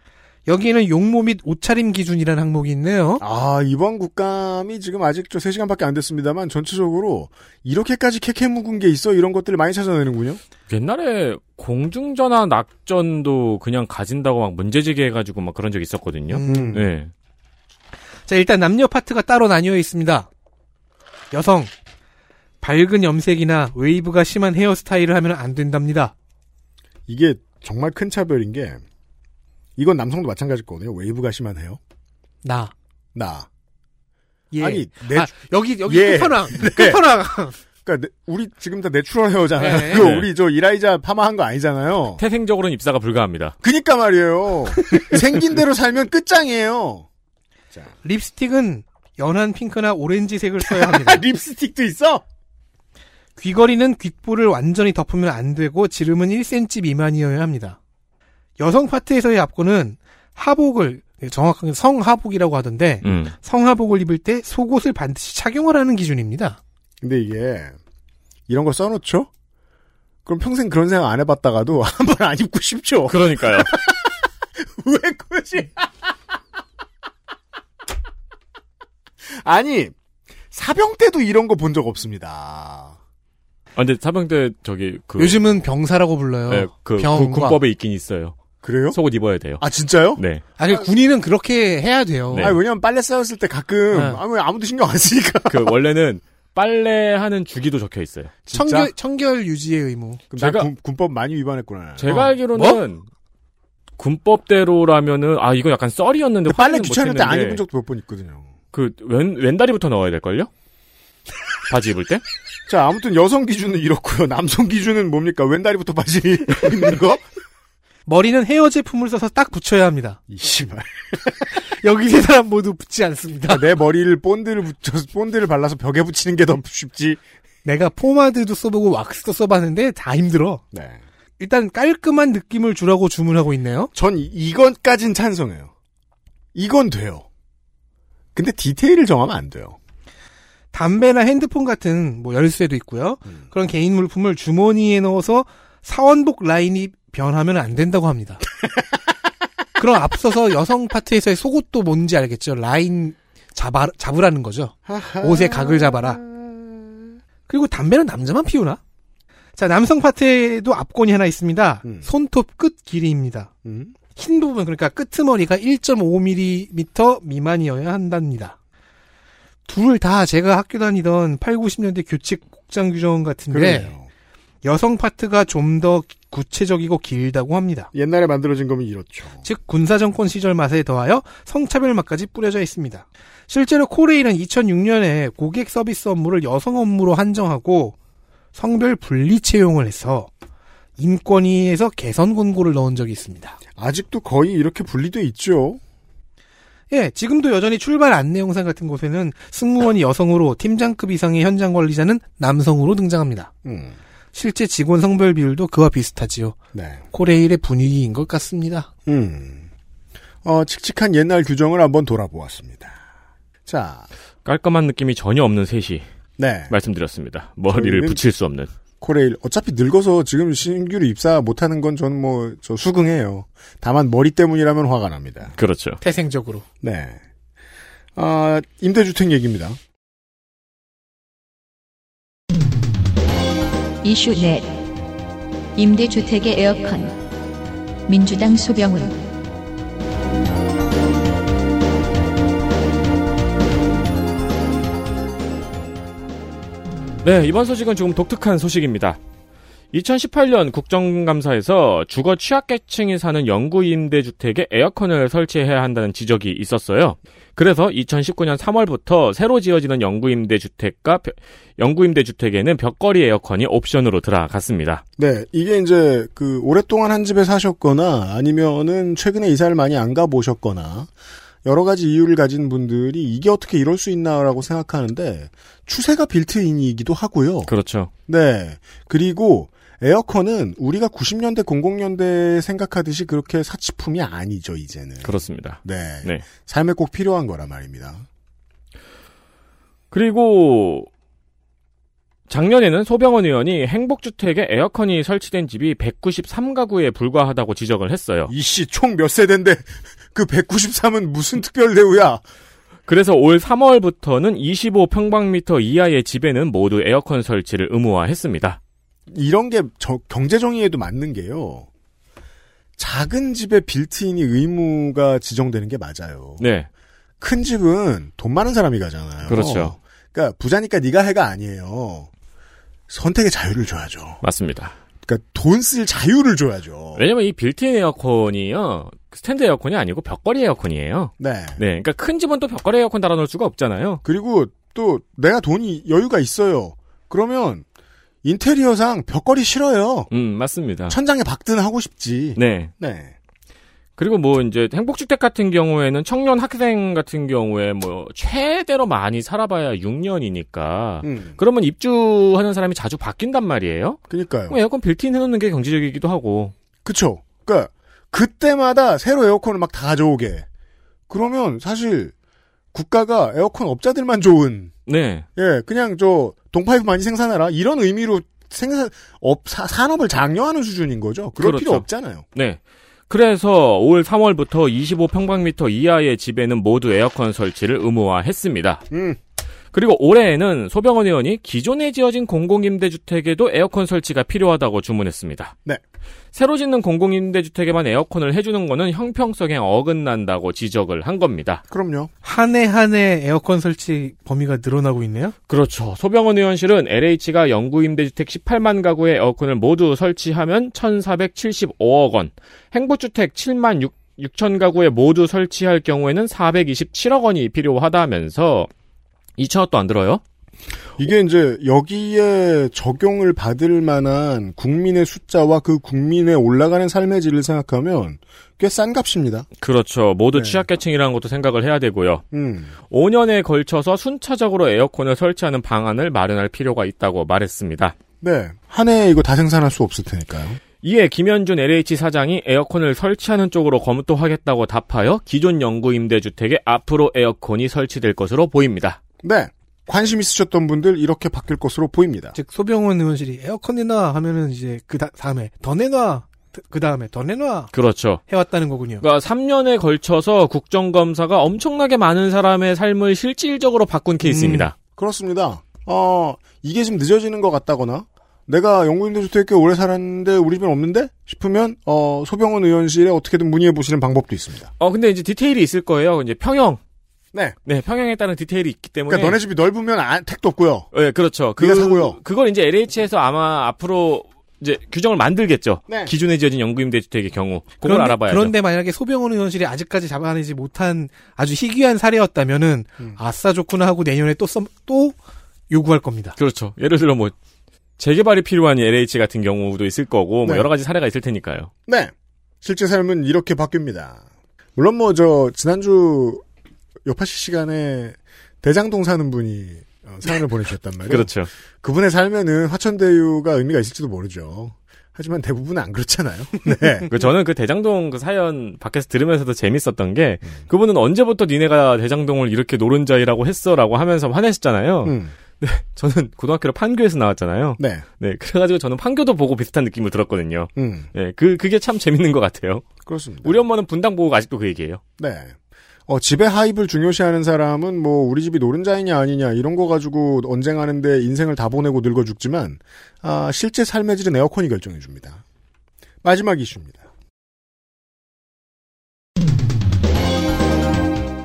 Speaker 4: 여기에는 용모 및 옷차림 기준이라는 항목이 있네요.
Speaker 3: 아 이번 국감이 지금 아직 저 3시간밖에 안 됐습니다만 전체적으로 이렇게까지 캐캐 묵은 게 있어 이런 것들을 많이 찾아내는군요.
Speaker 2: 옛날에 공중전화 낙전도 그냥 가진다고 막 문제제기 해가지고 막 그런 적 있었거든요.
Speaker 3: 음.
Speaker 2: 네.
Speaker 4: 자, 일단 남녀 파트가 따로 나뉘어 있습니다. 여성. 밝은 염색이나 웨이브가 심한 헤어스타일을 하면 안 된답니다.
Speaker 3: 이게 정말 큰 차별인 게 이건 남성도 마찬가지일 거거든요. 웨이브가 심하네요.
Speaker 4: 나.
Speaker 3: 나.
Speaker 4: 예.
Speaker 3: 아니 내
Speaker 4: 아, 여기, 여기
Speaker 3: 예.
Speaker 4: 끝판왕. 끝판왕.
Speaker 3: 그러니까 내- 우리 지금 다 내추럴 헤어잖아요.
Speaker 4: 네.
Speaker 3: 그거
Speaker 2: 네.
Speaker 3: 우리 저 이라이자 파마한 거 아니잖아요.
Speaker 2: 태생적으로는 입사가 불가합니다.
Speaker 3: 그니까 말이에요. 생긴 대로 살면 끝장이에요.
Speaker 4: 립스틱은 연한 핑크나 오렌지색을 써야 합니다.
Speaker 3: 아, 립스틱도 있어?
Speaker 4: 귀걸이는 귓볼을 완전히 덮으면 안 되고 지름은 1cm 미만이어야 합니다. 여성 파트에서의 앞고는 하복을 네, 정확하게 성하복이라고 하던데
Speaker 2: 음.
Speaker 4: 성하복을 입을 때 속옷을 반드시 착용을 하는 기준입니다.
Speaker 3: 근데 이게 이런 거 써놓죠? 그럼 평생 그런 생각 안 해봤다가도 한 번 안 입고 싶죠.
Speaker 2: 그러니까요. 아,
Speaker 3: 왜 굳이? 아니 사병 때도 이런 거 본 적 없습니다.
Speaker 2: 아, 근데 사병 때 저기 그
Speaker 4: 요즘은 병사라고 불러요.
Speaker 2: 네, 그
Speaker 4: 병과.
Speaker 2: 군- 군법에 있긴 있어요.
Speaker 3: 어, 그래요?
Speaker 2: 속옷 입어야 돼요.
Speaker 3: 아 진짜요?
Speaker 2: 네.
Speaker 4: 아니 그 군인은 그렇게 해야 돼요.
Speaker 2: 네.
Speaker 3: 아니 왜냐면 빨래 싸웠을 때 가끔
Speaker 4: 네.
Speaker 3: 아무 아무도 신경 안 쓰니까.
Speaker 2: 그 원래는 빨래하는 주기도 적혀 있어요.
Speaker 3: 진짜?
Speaker 4: 청결, 청결 유지의 의무.
Speaker 3: 그럼 난
Speaker 2: 제가-
Speaker 3: 군, 군법 많이 위반했구나.
Speaker 2: 제가
Speaker 4: 어.
Speaker 2: 알기로는
Speaker 3: 뭐?
Speaker 2: 군법대로라면은 아 이거 약간 썰이었는데
Speaker 3: 근데 빨래
Speaker 2: 확인은
Speaker 3: 귀찮을 때
Speaker 2: 못했는데
Speaker 3: 안 입은 적도 몇 번 있거든요.
Speaker 2: 그왼 왼다리부터 넣어야 될 걸요? 바지 입을 때?
Speaker 3: 자, 아무튼 여성 기준은 이렇고요. 남성 기준은 뭡니까? 왼다리부터 바지 입는 거?
Speaker 4: 머리는 헤어 제품을 써서 딱 붙여야 합니다.
Speaker 3: 이 씨발. 아,
Speaker 4: 여기 세 사람 모두 붙지 않습니다.
Speaker 3: 내 머리를 본드를 붙여서 본드를 발라서 벽에 붙이는 게 더 쉽지.
Speaker 4: 내가 포마드도 써보고 왁스도 써봤는데 다 힘들어.
Speaker 3: 네.
Speaker 4: 일단 깔끔한 느낌을 주라고 주문하고 있네요.
Speaker 3: 전 이- 이건까진 찬성해요. 이건 돼요. 근데 디테일을 정하면 안 돼요.
Speaker 4: 담배나 핸드폰 같은 뭐 열쇠도 있고요. 그런 개인 물품을 주머니에 넣어서 사원복 라인이 변하면 안 된다고 합니다. 그럼 앞서서 여성 파트에서의 속옷도 뭔지 알겠죠? 라인 잡아, 잡으라는 거죠. 옷의 각을 잡아라. 그리고 담배는 남자만 피우나? 자, 남성 파트에도 앞권이 하나 있습니다.
Speaker 3: 음.
Speaker 4: 손톱 끝 길이입니다.
Speaker 3: 음.
Speaker 4: 흰 부분 그러니까 끄트머리가 1.5mm 미만이어야 한답니다. 둘 다 제가 학교 다니던 8, 90년대 교칙 국장 규정 같은데
Speaker 3: 그래요.
Speaker 4: 여성 파트가 좀 더 구체적이고 길다고 합니다.
Speaker 3: 옛날에 만들어진 거면 이렇죠.
Speaker 4: 즉 군사 정권 시절 맛에 더하여 성차별막까지 뿌려져 있습니다. 실제로 코레일은 2006년에 고객 서비스 업무를 여성 업무로 한정하고 성별 분리 채용을 해서 인권위에서 개선 권고를 넣은 적이 있습니다.
Speaker 3: 아직도 거의 이렇게 분리돼 있죠.
Speaker 4: 예, 지금도 여전히 출발 안내 영상 같은 곳에는 승무원이 여성으로 팀장급 이상의 현장 관리자는 남성으로 등장합니다.
Speaker 3: 음.
Speaker 4: 실제 직원 성별 비율도 그와 비슷하지요.
Speaker 3: 네.
Speaker 4: 코레일의 분위기인 것 같습니다.
Speaker 3: 음. 어, 칙칙한 옛날 규정을 한번 돌아보았습니다. 자,
Speaker 2: 깔끔한 느낌이 전혀 없는 셋이
Speaker 3: 네.
Speaker 2: 말씀드렸습니다. 머리를
Speaker 3: 저희는-
Speaker 2: 붙일 수 없는.
Speaker 3: 코레일 어차피 늙어서 지금 신규로 입사 못하는 건 저는 뭐 저 수긍해요. 다만 머리 때문이라면 화가 납니다.
Speaker 2: 그렇죠.
Speaker 4: 태생적으로.
Speaker 3: 네. 아 임대주택 얘기입니다.
Speaker 1: 이슈 넷 임대주택의 에어컨 민주당 소병훈
Speaker 2: 네, 이번 소식은 조금 독특한 소식입니다. 2018년 국정감사에서 주거 취약계층이 사는 영구 임대주택에 에어컨을 설치해야 한다는 지적이 있었어요. 그래서 2019년 3월부터 새로 지어지는 영구임대 주택과 벼- 영구임대 주택에는 벽걸이 에어컨이 옵션으로 들어갔습니다.
Speaker 3: 네, 이게 이제 그 오랫동안 한 집에 사셨거나 아니면은 최근에 이사를 많이 안 가보셨거나 여러 가지 이유를 가진 분들이 이게 어떻게 이럴 수 있나라고 생각하는데 추세가 빌트인이기도 하고요.
Speaker 2: 그렇죠.
Speaker 3: 네, 그리고 에어컨은 우리가 90년대 00년대 생각하듯이 그렇게 사치품이 아니죠 이제는.
Speaker 2: 그렇습니다.
Speaker 3: 네,
Speaker 2: 네.
Speaker 3: 삶에 꼭 필요한 거란 말입니다.
Speaker 2: 그리고 작년에는 소병원 의원이 행복주택에 에어컨이 설치된 집이 193가구에 불과하다고 지적을 했어요.
Speaker 3: 이씨 총 몇 세대인데 그 193은 무슨 특별 대우야?
Speaker 2: 그래서 올 3월부터는 25평방미터 이하의 집에는 모두 에어컨 설치를 의무화했습니다.
Speaker 3: 이런 게 저- 경제정의에도 맞는 게요. 작은 집에 빌트인이 의무가 지정되는 게 맞아요.
Speaker 2: 네,
Speaker 3: 큰 집은 돈 많은 사람이 가잖아요.
Speaker 2: 그렇죠.
Speaker 3: 그러니까 부자니까 네가 해가 아니에요. 선택의 자유를 줘야죠.
Speaker 2: 맞습니다.
Speaker 3: 그러니까 돈 쓸 자유를 줘야죠.
Speaker 2: 왜냐면 이 빌트인 에어컨이요, 그 스탠드 에어컨이 아니고 벽걸이 에어컨이에요.
Speaker 3: 네.
Speaker 2: 네, 그러니까 큰 집은 또 벽걸이 에어컨 달아놓을 수가 없잖아요.
Speaker 3: 그리고 또 내가 돈이 여유가 있어요. 그러면 인테리어상 벽걸이 싫어요.
Speaker 2: 음, 맞습니다.
Speaker 3: 천장에 박든 하고 싶지.
Speaker 2: 네,
Speaker 3: 네.
Speaker 2: 그리고 뭐 이제 행복주택 같은 경우에는 청년 학생 같은 경우에 뭐 최대로 많이 살아봐야 6년이니까
Speaker 3: 음.
Speaker 2: 그러면 입주하는 사람이 자주 바뀐단 말이에요.
Speaker 3: 그러니까요.
Speaker 2: 그럼 에어컨 빌트인 해놓는 게 경제적이기도 하고
Speaker 3: 그쵸. 그러니까 그니까, 그때마다 새로 에어컨을 막 다 가져오게. 그러면 사실, 국가가 에어컨 업자들만 좋은,
Speaker 2: 네
Speaker 3: 예, 그냥 저, 동파이프 많이 생산하라. 이런 의미로 생산, 업, 사- 산업을 장려하는 수준인 거죠. 그럴
Speaker 2: 그렇죠.
Speaker 3: 필요 없잖아요.
Speaker 2: 네. 그래서 올 3월부터 25평방미터 이하의 집에는 모두 에어컨 설치를 의무화했습니다.
Speaker 3: 음.
Speaker 2: 그리고 올해에는 소병원 의원이 기존에 지어진 공공임대주택에도 에어컨 설치가 필요하다고 주문했습니다.
Speaker 3: 네.
Speaker 2: 새로 짓는 공공임대주택에만 에어컨을 해주는 거는 형평성에 어긋난다고 지적을 한 겁니다.
Speaker 3: 그럼요.
Speaker 4: 한 해 한 해 에어컨 설치 범위가 늘어나고 있네요.
Speaker 2: 그렇죠. 소병원 의원실은 LH가 영구임대주택 18만 가구의 에어컨을 모두 설치하면 1,475억 원, 행복주택 7만 6 6천 가구에 모두 설치할 경우에는 427억 원이 필요하다면서 2천억도 안 들어요?
Speaker 3: 이게 이제, 여기에 적용을 받을 만한 국민의 숫자와 그 국민의 올라가는 삶의 질을 생각하면, 꽤 싼 값입니다.
Speaker 2: 그렇죠. 모두
Speaker 3: 네.
Speaker 2: 취약계층이라는 것도 생각을 해야 되고요.
Speaker 3: 음.
Speaker 2: 5년에 걸쳐서 순차적으로 에어컨을 설치하는 방안을 마련할 필요가 있다고 말했습니다.
Speaker 3: 네. 한 해에 이거 다 생산할 수 없을 테니까요.
Speaker 2: 이에 김현준 LH 사장이 에어컨을 설치하는 쪽으로 검토하겠다고 답하여 기존 영구 임대주택에 앞으로 에어컨이 설치될 것으로 보입니다.
Speaker 3: 네. 관심 있으셨던 분들 이렇게 바뀔 것으로 보입니다.
Speaker 4: 즉 소병원 의원실이 에어컨 내놔 하면은 이제 그 다- 다음에 더 내놔 그 다음에 더 내놔
Speaker 2: 그렇죠.
Speaker 4: 해왔다는 거군요.
Speaker 2: 그러니까 3년에 걸쳐서 국정검사가 엄청나게 많은 사람의 삶을 실질적으로 바꾼 케이스입니다.
Speaker 3: 그렇습니다. 어, 이게 지금 늦어지는 것 같다거나 내가 영국인들주택 꽤 오래 살았는데 우리 집엔 없는데 싶으면 어, 소병원 의원실에 어떻게든 문의해 보시는 방법도 있습니다.
Speaker 2: 어 근데 이제 디테일이 있을 거예요. 이제 평형.
Speaker 3: 네.
Speaker 2: 네, 평형에 따른 디테일이 있기 때문에
Speaker 3: 그러니까 너네 집이 넓으면 안- 택도 없고요.
Speaker 2: 네, 그렇죠. 그,
Speaker 3: 네가 사고요.
Speaker 2: 그걸 이제 LH에서 아마 앞으로 이제 규정을 만들겠죠.
Speaker 3: 네.
Speaker 2: 기존에 지어진 영구임대주택의 경우. 그걸
Speaker 4: 그런데-
Speaker 2: 알아봐야죠.
Speaker 4: 그런데 만약에 소병원 의원실이 아직까지 잡아내지 못한 아주 희귀한 사례였다면은
Speaker 2: 음.
Speaker 4: 아싸 좋구나 하고 내년에 또 썸- 또 요구할 겁니다.
Speaker 2: 그렇죠. 예를 들어 뭐 재개발이 필요한 LH 같은 경우도 있을 거고 뭐
Speaker 3: 네.
Speaker 2: 여러 가지 사례가 있을 테니까요.
Speaker 3: 네. 실제 삶은 이렇게 바뀝니다. 물론 뭐 저 지난주 요파시 시간에 대장동 사는 분이 어, 사연을 보내주셨단 말이에요.
Speaker 2: 그렇죠.
Speaker 3: 그분의 삶에는 화천대유가 의미가 있을지도 모르죠. 하지만 대부분은 안 그렇잖아요. 네.
Speaker 2: 그 저는 그 대장동 그 사연 밖에서 들으면서도 재밌었던 게
Speaker 3: 음.
Speaker 2: 그분은 언제부터 니네가 대장동을 이렇게 노른자이라고 했어라고 하면서 화내셨잖아요.
Speaker 3: 음,
Speaker 2: 저는 고등학교를 판교에서 나왔잖아요.
Speaker 3: 네.
Speaker 2: 네, 그래가지고 저는 판교도 보고 비슷한 느낌을 들었거든요.
Speaker 3: 음,
Speaker 2: 네, 그 그게 참 재밌는 것 같아요.
Speaker 3: 그렇습니다.
Speaker 2: 우리 엄마는 분당 보고 아직도 그 얘기예요.
Speaker 3: 네. 어, 집의 하입을 중요시하는 사람은 뭐 우리 집이 노른자이냐 아니냐 이런 거 가지고 언쟁하는데 인생을 다 보내고 늙어 죽지만 아, 실제 삶의 질은 에어컨이 결정해 줍니다. 마지막 이슈입니다.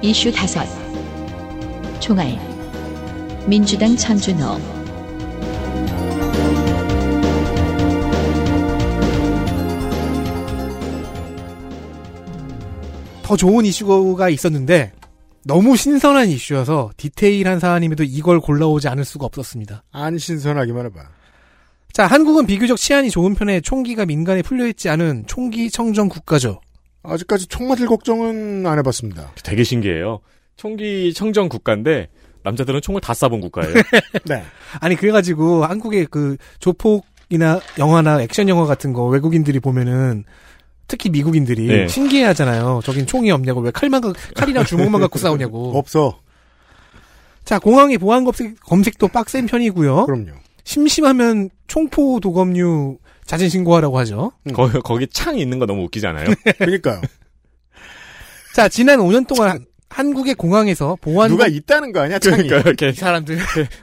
Speaker 1: 이슈 다섯 총알 민주당 천준호
Speaker 4: 더 좋은 이슈가 있었는데 너무 신선한 이슈여서 디테일한 사안임에도 이걸 골라오지 않을 수가 없었습니다.
Speaker 3: 안 신선하기만 해봐.
Speaker 4: 자, 한국은 비교적 치안이 좋은 편에 총기가 민간에 풀려있지 않은 총기 청정 국가죠.
Speaker 3: 아직까지 총 맞을 걱정은 안 해봤습니다.
Speaker 2: 되게 신기해요. 총기 청정 국가인데 남자들은 총을 다 쏴본 국가예요.
Speaker 3: 네.
Speaker 4: 아니 그래가지고 한국의 그 조폭이나 영화나 액션 영화 같은 거 외국인들이 보면은 특히 미국인들이
Speaker 2: 네.
Speaker 4: 신기해하잖아요. 저긴 총이 없냐고 왜 칼만 가- 칼이랑 주먹만 갖고 싸우냐고.
Speaker 3: 없어.
Speaker 4: 자 공항의 보안 검색 검색도 빡센 편이고요.
Speaker 3: 그럼요.
Speaker 4: 심심하면 총포 도검류 자진 신고하라고 하죠.
Speaker 2: 거, 거기 창 있는 거 너무 웃기지 않아요?
Speaker 3: 그러니까요.
Speaker 4: 자 지난 5년 동안 한국의 공항에서 보안
Speaker 3: 누가 있다는 거 아니야? 창이.
Speaker 2: 그러니까 이렇게
Speaker 4: 사람들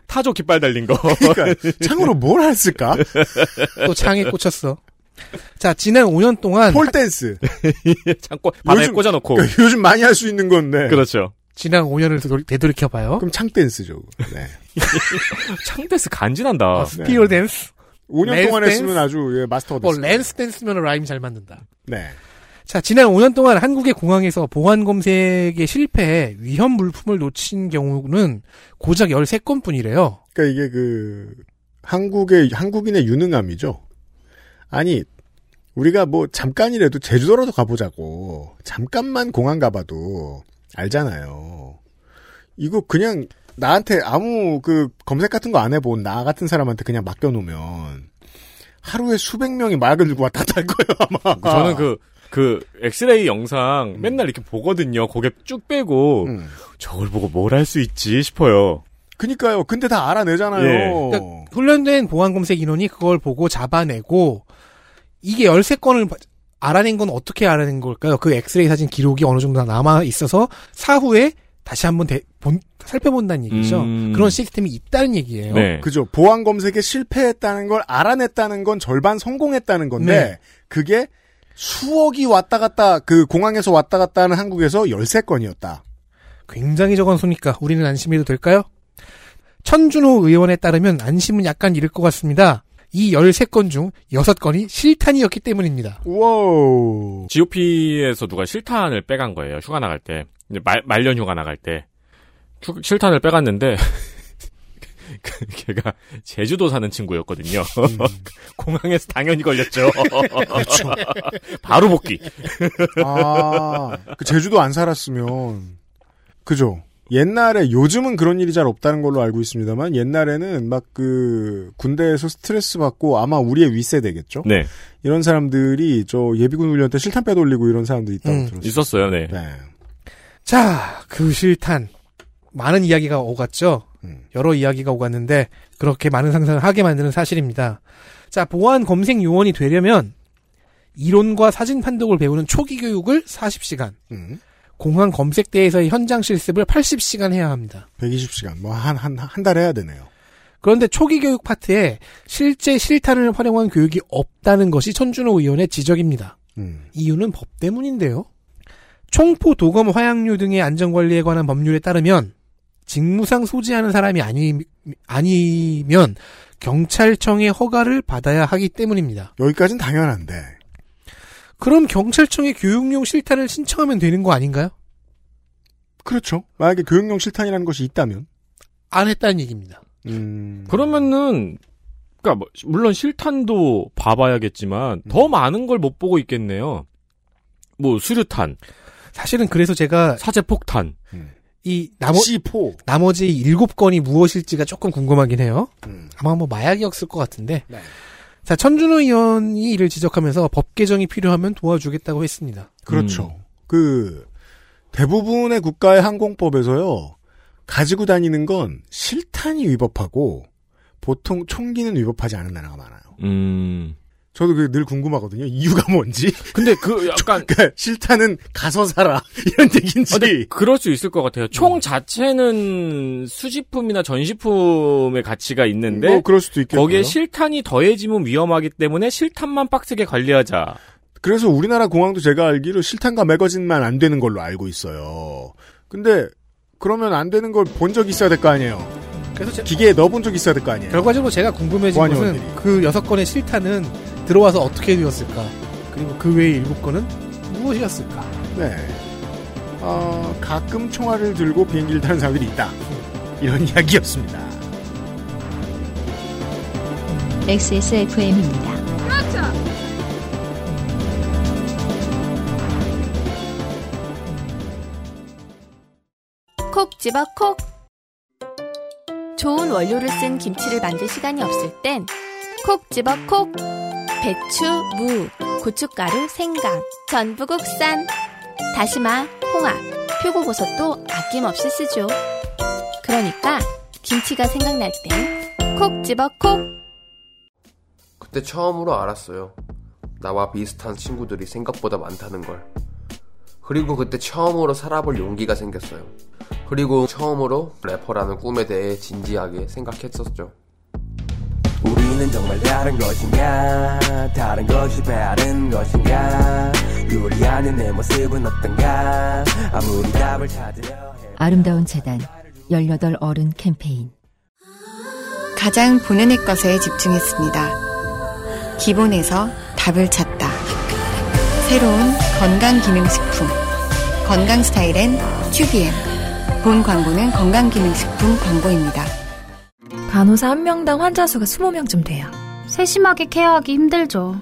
Speaker 2: 타조 깃발 달린 거.
Speaker 3: 그러니까 창으로 뭘 했을까?
Speaker 4: 또 창에 꽂혔어. 자 지난 5년 동안
Speaker 3: 폴 댄스.
Speaker 2: 창 꽂, 바닥에
Speaker 3: 요즘-
Speaker 2: 꽂아놓고.
Speaker 3: 그러니까 요즘 많이 할 수 있는 건데.
Speaker 2: 그렇죠.
Speaker 4: 지난 5년을 되돌이켜봐요.
Speaker 3: 그럼 창 댄스죠. 네.
Speaker 2: 창데스 간지난다.
Speaker 3: 아,
Speaker 4: 스피어 댄스.
Speaker 3: 5년
Speaker 4: 랜스
Speaker 3: 동안
Speaker 4: 댄스?
Speaker 3: 했으면 아주 예, 마스터가
Speaker 4: 뭐
Speaker 3: 됐어요.
Speaker 4: 랜스 댄스면 라임 잘 만든다.
Speaker 3: 네.
Speaker 4: 자, 지난 5년 동안 한국의 공항에서 보안 검색에 실패해 위험 물품을 놓친 경우는 고작 13건 뿐이래요.
Speaker 3: 그러니까 이게 그 한국의 한국인의 유능함이죠. 아니 우리가 뭐 잠깐이라도 제주도라도 가보자고 잠깐만 공항 가봐도 알잖아요. 이거 그냥 나한테 아무 그 검색 같은 거 안 해본 나 같은 사람한테 그냥 맡겨놓으면 하루에 수백 명이 마약을 들고 왔다 갔다 할 거예요 아마.
Speaker 2: 저는 그, 그, 엑스레이 영상 맨날 이렇게 보거든요. 고개 쭉 빼고,
Speaker 3: 음.
Speaker 2: 저걸 보고 뭘 할 수 있지 싶어요.
Speaker 3: 그니까요. 근데 다 알아내잖아요.
Speaker 2: 예.
Speaker 4: 그러니까 훈련된 보안 검색 인원이 그걸 보고 잡아내고 이게 13건을 알아낸 건 어떻게 알아낸 걸까요? 그 엑스레이 사진 기록이 어느 정도 남아 있어서 사후에 다시 한번 대- 본- 살펴본다는 얘기죠.
Speaker 2: 음.
Speaker 4: 그런 시스템이 있다는 얘기예요.
Speaker 2: 네.
Speaker 3: 어, 그죠. 보안 검색에 실패했다는 걸 알아냈다는 건 절반 성공했다는 건데
Speaker 4: 네.
Speaker 3: 그게 수억이 왔다 갔다 그 공항에서 왔다 갔다 하는 한국에서 13건이었다.
Speaker 4: 굉장히 적은 수니까 우리는 안심해도 될까요? 천준호 의원에 따르면 안심은 약간 이를 것 같습니다. 이 13건 중 6건이 실탄이었기 때문입니다.
Speaker 3: 우와우.
Speaker 2: GOP에서 누가 실탄을 빼간 거예요. 휴가 나갈 때. 이제 말, 말년 휴가 나갈 때. 휴- 실탄을 빼갔는데, 그 걔가 제주도 사는 친구였거든요. 공항에서 당연히 걸렸죠. 바로 복귀.
Speaker 3: 아, 그 제주도 안 살았으면. 그죠. 옛날에 요즘은 그런 일이 잘 없다는 걸로 알고 있습니다만 옛날에는 막 그 군대에서 스트레스 받고 아마 우리의 윗세대겠죠.
Speaker 2: 네.
Speaker 3: 이런 사람들이 저 예비군 훈련 때 실탄 빼돌리고 이런 사람들이 있다고
Speaker 4: 음.
Speaker 3: 들었어요.
Speaker 2: 있었어요, 네.
Speaker 3: 네.
Speaker 4: 자, 그 실탄. 많은 이야기가 오갔죠?
Speaker 3: 음.
Speaker 4: 여러 이야기가 오갔는데, 그렇게 많은 상상을 하게 만드는 사실입니다. 자, 보안 검색 요원이 되려면, 이론과 사진 판독을 배우는 초기 교육을 40시간,
Speaker 3: 음.
Speaker 4: 공항 검색대에서의 현장 실습을 80시간 해야 합니다.
Speaker 3: 120시간 뭐 한 한 한 달 해야 되네요.
Speaker 4: 그런데 초기 교육 파트에 실제 실탄을 활용한 교육이 없다는 것이 천준호 의원의 지적입니다.
Speaker 3: 음.
Speaker 4: 이유는 법 때문인데요. 총포 도검 화약류 등의 안전관리에 관한 법률에 따르면 직무상 소지하는 사람이 아니, 아니면 경찰청의 허가를 받아야 하기 때문입니다.
Speaker 3: 여기까지는 당연한데
Speaker 4: 그럼 경찰청에 교육용 실탄을 신청하면 되는 거 아닌가요?
Speaker 3: 그렇죠. 만약에 교육용 실탄이라는 것이 있다면
Speaker 4: 안 했다는 얘기입니다.
Speaker 3: 음.
Speaker 2: 그러면은 그러니까 뭐, 물론 실탄도 봐봐야겠지만 더 많은 걸 못 보고 있겠네요. 뭐 수류탄,
Speaker 4: 사실은 그래서 제가
Speaker 2: 사제 폭탄.
Speaker 4: 이 나머,
Speaker 3: C4
Speaker 4: 나머지 일곱 건이 무엇일지가 조금 궁금하긴 해요.
Speaker 3: 음. 네.
Speaker 4: 아마 뭐 마약이었을 것 같은데. 자 천준호 의원이 이를 지적하면서 법 개정이 필요하면 도와주겠다고 했습니다.
Speaker 3: 그렇죠.
Speaker 2: 음.
Speaker 3: 그 대부분의 국가의 항공법에서요 가지고 다니는 건 실탄이 위법하고 보통 총기는 위법하지 않은 나라가 많아요.
Speaker 2: 음.
Speaker 3: 저도 그게 늘 궁금하거든요. 이유가 뭔지.
Speaker 2: 근데 그 약간
Speaker 3: 그러니까 실탄은 가서 사라 이런 얘기인지. 음.
Speaker 2: 아, 근데 그럴 수 있을 것 같아요. 총 자체는 수집품이나 전시품의 가치가 있는데
Speaker 3: 뭐 그럴 수도 있겠고요.
Speaker 2: 거기에 실탄이 더해지면 위험하기 때문에 실탄만 빡세게 관리하자.
Speaker 3: 그래서 우리나라 공항도 제가 알기로 실탄과 매거진만 안 되는 걸로 알고 있어요. 근데 그러면 안 되는 걸 본 적이 있어야 될 거 아니에요.
Speaker 4: 그래서 제-
Speaker 3: 기계에 넣어본 적이 있어야 될 거 아니에요.
Speaker 4: 결과적으로 제가 궁금해진
Speaker 3: 보안
Speaker 4: 것은
Speaker 3: 요원들이.
Speaker 4: 그 여섯 건의 실탄은 들어와서 어떻게 되었을까? 그리고 그 외의 일곱 건은 무엇이었을까?
Speaker 3: 네. 어, 가끔 총알을 들고 비행기를 타는 사람들이 있다. 이런 이야기였습니다.
Speaker 1: XSFM입니다.
Speaker 5: 콕 집어 콕. 좋은 원료를 쓴 김치를 만들 시간이 없을 땐 콕 집어 콕. 배추, 무, 고춧가루, 생강, 전부 국산, 다시마, 홍합, 표고버섯도 아낌없이 쓰죠. 그러니까 김치가 생각날 땐 콕 집어 콕.
Speaker 9: 그때 처음으로 알았어요. 나와 비슷한 친구들이 생각보다 많다는 걸. 그리고 그때 처음으로 살아볼 용기가 생겼어요. 그리고 처음으로 래퍼라는 꿈에 대해 진지하게 생각했었죠. 우리는 정말 다른 것인가? 다른 것이 다른 것인가? 요리하는 내 모습은 어떤가? 아무리 답을 찾으려 해.
Speaker 1: 아름다운 재단 18 어른 캠페인
Speaker 10: 가장 보내는 것에 집중했습니다. 기본에서 답을 찾다. 새로운 건강기능식품. 건강스타일엔 튜비엔. 본 광고는 건강기능식품 광고입니다.
Speaker 7: 간호사 한 명당 환자 수가 20명쯤 돼요.
Speaker 8: 세심하게 케어하기 힘들죠.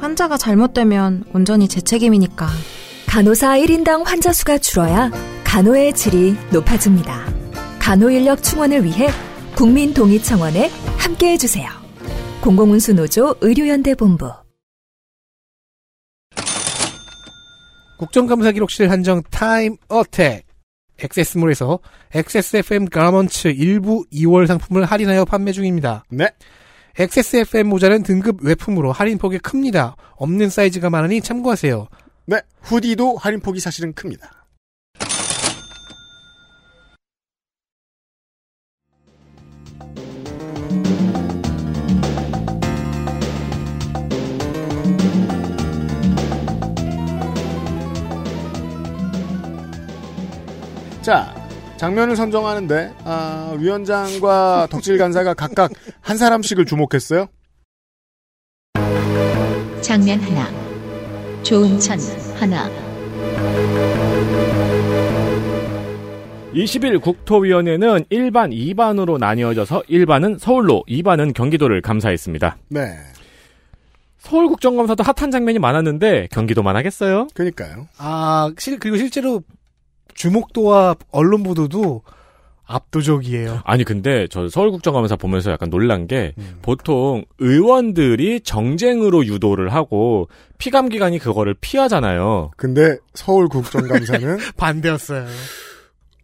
Speaker 10: 환자가 잘못되면 온전히 제 책임이니까.
Speaker 7: 간호사 1인당 환자 수가 줄어야 간호의 질이 높아집니다. 간호 인력 충원을 위해 국민 동의 청원에 함께 해주세요. 공공운수 노조 의료연대 본부.
Speaker 4: 국정감사 기록실 한정 타임 어택. XS몰에서 XSFM 가먼츠 일부 2월 상품을 할인하여 판매 중입니다.
Speaker 3: 네.
Speaker 4: XSFM 모자는 등급 외품으로 할인폭이 큽니다. 없는 사이즈가 많으니 참고하세요.
Speaker 3: 네. 후디도 할인폭이 사실은 큽니다. 자, 장면을 선정하는데, 아, 위원장과 덕질 간사가 각각 한 사람씩을 주목했어요.
Speaker 1: 장면 하나 좋은 천 하나
Speaker 2: 20일 국토위원회는 1반, 2반으로 나뉘어져서 1반은 서울로, 2반은 경기도를 감사했습니다.
Speaker 3: 네.
Speaker 2: 서울 국정감사도 핫한 장면이 많았는데 경기도만 하겠어요?
Speaker 3: 그니까요.
Speaker 4: 아, 실, 그리고 실제로 주목도와 언론 보도도 압도적이에요.
Speaker 2: 아니 근데 저 서울 국정감사 보면서 약간 놀란 게
Speaker 3: 음.
Speaker 2: 보통 의원들이 정쟁으로 유도를 하고 피감 기관이 그거를 피하잖아요.
Speaker 3: 근데 서울 국정감사는
Speaker 4: 반대였어요.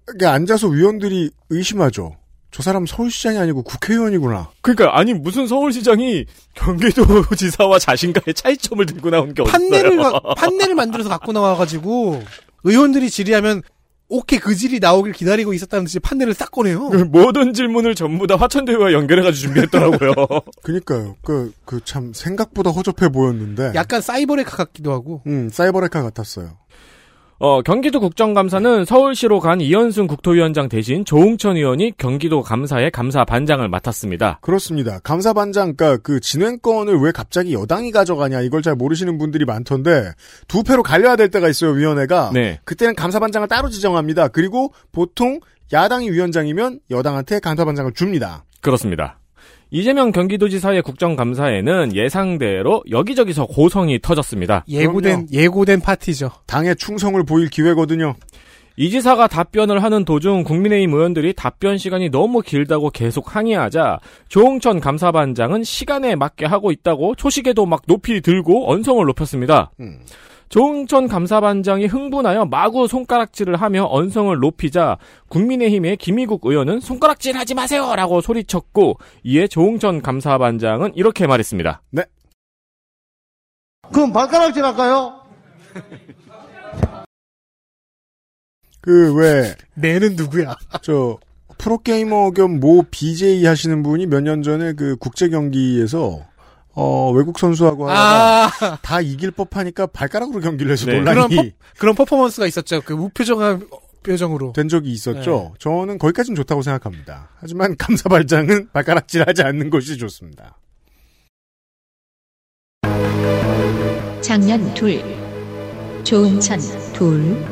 Speaker 3: 그러니까 앉아서 위원들이 의심하죠. 저 사람 서울시장이 아니고 국회의원이구나.
Speaker 2: 그러니까 아니 무슨 서울시장이 경기도지사와 자신과의 차이점을 들고 나온 게
Speaker 4: 판넬을,
Speaker 2: 어딨어요?
Speaker 4: 가- 판넬을 만들어서 갖고 나와가지고, 의원들이 질의하면, 오케이, 그 질이 나오길 기다리고 있었다는 듯이 판넬을 싹 꺼내요.
Speaker 2: 그 모든 질문을 전부 다 화천대유와 연결해가지고 준비했더라고요.
Speaker 3: 그니까요. 그, 그 참 생각보다 허접해 보였는데.
Speaker 4: 약간 사이버레카 같기도 하고,
Speaker 3: 음, 사이버레카 같았어요.
Speaker 2: 어, 경기도 국정감사는 서울시로 간 이현승 국토위원장 대신 조홍천 의원이 경기도 감사의 감사 반장을 맡았습니다.
Speaker 3: 그렇습니다. 감사반장, 그니까 그 진행권을 왜 갑자기 여당이 가져가냐, 이걸 잘 모르시는 분들이 많던데, 두 패로 갈려야 될 때가 있어요, 위원회가.
Speaker 2: 네.
Speaker 3: 그때는 감사반장을 따로 지정합니다. 그리고 보통 야당이 위원장이면 여당한테 감사반장을 줍니다.
Speaker 2: 그렇습니다. 이재명 경기도지사의 국정감사에는 예상대로 여기저기서 고성이 터졌습니다.
Speaker 4: 예고된, 예고된 파티죠.
Speaker 3: 당의 충성을 보일 기회거든요.
Speaker 2: 이 지사가 답변을 하는 도중 국민의힘 의원들이 답변 시간이 너무 길다고 계속 항의하자 조홍천 감사반장은 시간에 맞게 하고 있다고 초시계도 막 높이 들고 언성을 높였습니다.
Speaker 3: 음.
Speaker 2: 조홍천 감사반장이 흥분하여 마구 손가락질을 하며 언성을 높이자 국민의힘의 김희국 의원은 손가락질 하지 마세요! 라고 소리쳤고 이에 조홍천 감사반장은 이렇게 말했습니다.
Speaker 11: 그럼 발가락질 할까요?
Speaker 3: 그, 왜,
Speaker 4: 내는 누구야?
Speaker 3: 저 프로게이머 겸 모 BJ 하시는 분이 몇 년 전에 그 국제 경기에서 어 외국 선수하고 하다가
Speaker 4: 아,
Speaker 3: 다 이길 법하니까 발가락으로 경기를 해서
Speaker 2: 네.
Speaker 4: 그런,
Speaker 3: 논란이
Speaker 4: 퍼, 그런 퍼포먼스가 있었죠. 그 우표정한 표정으로.
Speaker 3: 된 적이 있었죠.
Speaker 4: 네.
Speaker 3: 저는 거기까지는 좋다고 생각합니다. 하지만 감사발장은 발가락질하지 않는 것이 좋습니다.
Speaker 1: 장면 둘 좋은 천둘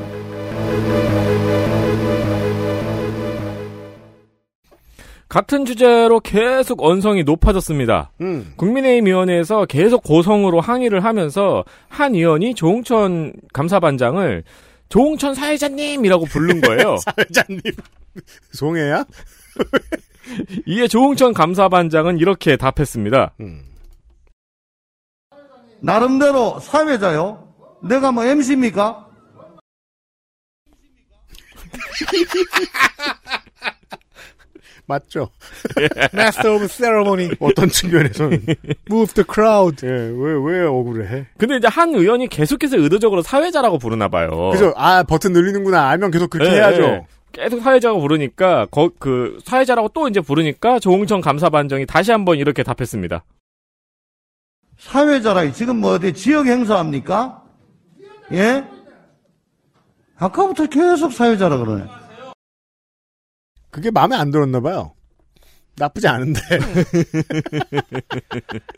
Speaker 2: 같은 주제로 계속 언성이 높아졌습니다.
Speaker 3: 음.
Speaker 2: 국민의힘 위원회에서 계속 고성으로 항의를 하면서 한 의원이 조홍천 감사반장을 조홍천 사회자님이라고 부른 거예요.
Speaker 3: 회장님. 송해야?
Speaker 2: 이에 조홍천 감사반장은 이렇게 답했습니다.
Speaker 3: 음.
Speaker 11: 나름대로 사회자요? 내가 뭐 MC입니까?
Speaker 3: 맞죠?
Speaker 4: Master of Ceremony.
Speaker 3: 어떤 측면에서는.
Speaker 4: Move the crowd.
Speaker 3: 예, 왜, 왜 억울해?
Speaker 2: 근데 이제 한 의원이 계속해서 의도적으로 사회자라고 부르나
Speaker 4: 어.
Speaker 2: 봐요.
Speaker 3: 그죠? 아, 버튼 늘리는구나. 알면 계속 그렇게
Speaker 4: 네,
Speaker 2: 예,
Speaker 3: 해야죠.
Speaker 2: 예. 계속 사회자고 부르니까 거, 그 사회자라고 또 이제 부르니까 조홍천 감사반장이 다시 한번 이렇게 답했습니다.
Speaker 11: 사회자라니 지금 뭐 어디 지역 행사합니까? 예? 아까부터 계속 사회자라 그러네.
Speaker 3: 그게 마음에 안 들었나봐요. 나쁘지 않은데.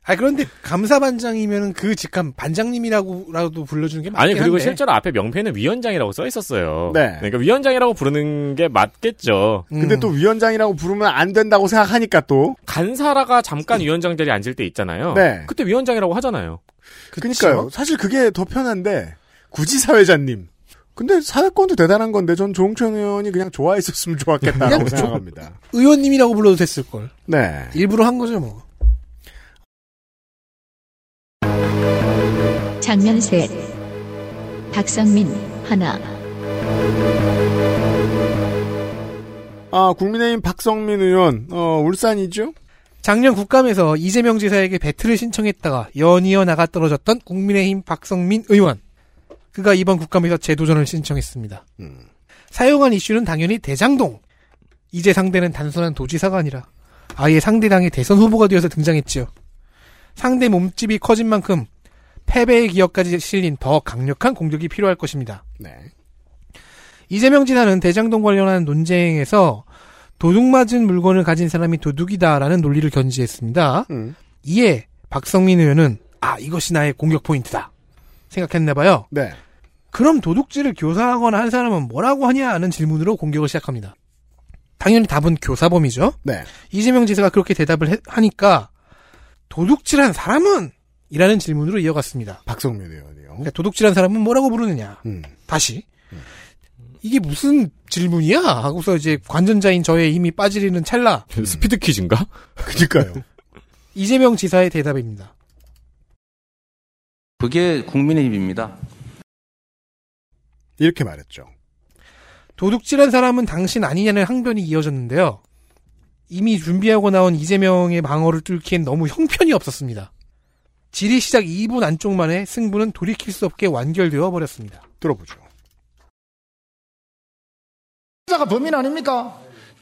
Speaker 4: 아 그런데 감사반장이면은 그 직함 반장님이라고라도 불러주는 게 맞긴
Speaker 2: 아니 그리고
Speaker 4: 한데.
Speaker 2: 실제로 앞에 명패는 위원장이라고 써 있었어요.
Speaker 3: 네.
Speaker 2: 그러니까 위원장이라고 부르는 게 맞겠죠.
Speaker 4: 음.
Speaker 3: 근데 또 위원장이라고 부르면 안 된다고 생각하니까 또.
Speaker 2: 간사라가 잠깐 위원장 자리에 앉을 때 있잖아요.
Speaker 3: 음. 네.
Speaker 2: 그때 위원장이라고 하잖아요.
Speaker 3: 그니까요. 사실 그게 더 편한데, 굳이 사회자님. 근데 사회권도 대단한 건데, 전 조홍천 의원이 그냥 좋아했었으면 좋았겠다라고
Speaker 4: 그냥 조-
Speaker 3: 생각합니다.
Speaker 4: 의원님이라고 불러도 됐을 걸.
Speaker 3: 네.
Speaker 4: 일부러 한 거죠 뭐.
Speaker 1: 장면 셋. 박성민 하나.
Speaker 3: 아, 국민의힘 박성민 의원, 어, 울산이죠?
Speaker 4: 작년 국감에서 이재명 지사에게 배틀을 신청했다가 연이어 나가 떨어졌던 국민의힘 박성민 의원. 그가 이번 국감에서 재도전을 신청했습니다. 사용한 이슈는 당연히 대장동. 이제 상대는 단순한 도지사가 아니라 아예 상대당의 대선 후보가 되어서 등장했지요. 상대 몸집이 커진 만큼 패배의 기억까지 실린 더 강력한 공격이 필요할 것입니다.
Speaker 3: 네.
Speaker 4: 이재명 지사는 대장동 관련한 논쟁에서 도둑 맞은 물건을 가진 사람이 도둑이다라는 논리를 견지했습니다.
Speaker 3: 음.
Speaker 4: 이에 박성민 의원은 아 이것이 나의 공격 포인트다 생각했나봐요.
Speaker 3: 네.
Speaker 4: 그럼 도둑질을 교사하거나 한 사람은 뭐라고 하냐 하는 질문으로 공격을 시작합니다. 당연히 답은 교사범이죠.
Speaker 3: 네.
Speaker 4: 이재명 지사가 그렇게 대답을 해- 하니까 도둑질한 사람은 이라는 질문으로 이어갔습니다.
Speaker 3: 박성민 의원이요.
Speaker 4: 그러니까 도둑질한 사람은 뭐라고 부르느냐?
Speaker 3: 음.
Speaker 4: 다시 이게 무슨 질문이야? 하고서 이제 관전자인 저의 힘이 빠지리는 찰나
Speaker 3: 음.
Speaker 2: 스피드 퀴즈인가?
Speaker 3: 그니까요.
Speaker 4: 이재명 지사의 대답입니다.
Speaker 11: 그게 국민의힘입니다.
Speaker 3: 이렇게 말했죠.
Speaker 4: 도둑질한 사람은 당신 아니냐는 항변이 이어졌는데요. 이미 준비하고 나온 이재명의 방어를 뚫기엔 너무 형편이 없었습니다. 질의 시작 2분 안쪽 만에 승부는 돌이킬 수 없게 완결되어 버렸습니다.
Speaker 3: 들어보죠.
Speaker 11: 사가 범인 아닙니까?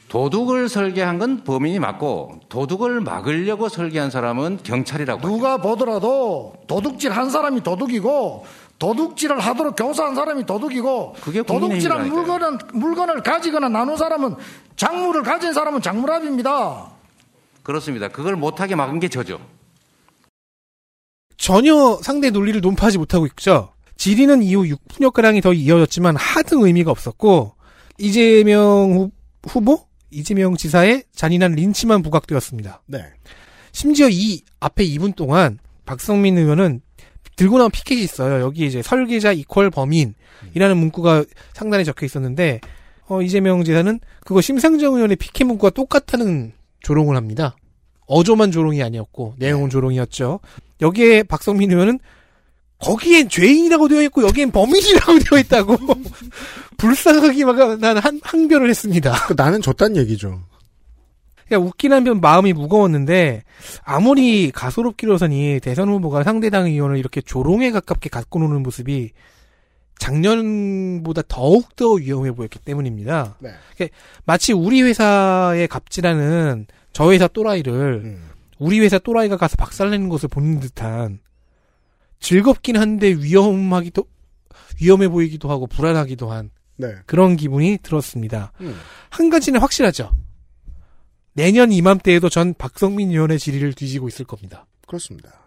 Speaker 11: 도둑을 설계한 건 범인이 맞고 도둑을 막으려고 설계한 사람은 경찰이라고 누가 보더라도 도둑질 한 사람이 도둑이고 도둑질을 하도록 교사한 사람이 도둑이고 도둑질한 물건은 물건을 가지거나 나눈 사람은 장물을 가진 사람은 장물합입니다. 그렇습니다. 그걸 못하게 막은 게 저죠.
Speaker 4: 전혀 상대 논리를 논파하지 못하고 있죠. 지리는 이후 6분여가량이 더 이어졌지만 하등 의미가 없었고 이재명 후, 후보? 이재명 지사의 잔인한 린치만 부각되었습니다.
Speaker 3: 네.
Speaker 4: 심지어 이 앞에 2분 동안 박성민 의원은 들고 나온 피켓이 있어요. 여기 이제 설계자 이퀄 범인이라는 문구가 상단에 적혀 있었는데 어, 이재명 지사는 그거 심상정 의원의 피켓 문구와 똑같다는 조롱을 합니다. 어조만 조롱이 아니었고 내용은 조롱이었죠. 여기에 박성민 의원은 거기엔 죄인이라고 되어 있고 여기엔 범인이라고 되어 있다고 불쌍하기만 한 항변을 했습니다.
Speaker 3: 그 나는 졌단 얘기죠.
Speaker 4: 그러니까 웃긴 한편 마음이 무거웠는데 아무리 가소롭기로서니 대선 후보가 상대당 의원을 이렇게 조롱에 가깝게 갖고 노는 모습이 작년보다 더욱 더 위험해 보였기 때문입니다.
Speaker 3: 네.
Speaker 4: 그러니까 마치 우리 회사에 갑질하는 저 회사 또라이를
Speaker 3: 음.
Speaker 4: 우리 회사 또라이가 가서 박살내는 것을 보는 듯한 즐겁긴 한데 위험하기도 위험해 보이기도 하고 불안하기도 한
Speaker 3: 네.
Speaker 4: 그런 기분이 들었습니다.
Speaker 3: 음.
Speaker 4: 한 가지는 확실하죠. 내년 이맘때에도 전 박성민 의원의 질의를 뒤지고 있을 겁니다.
Speaker 3: 그렇습니다.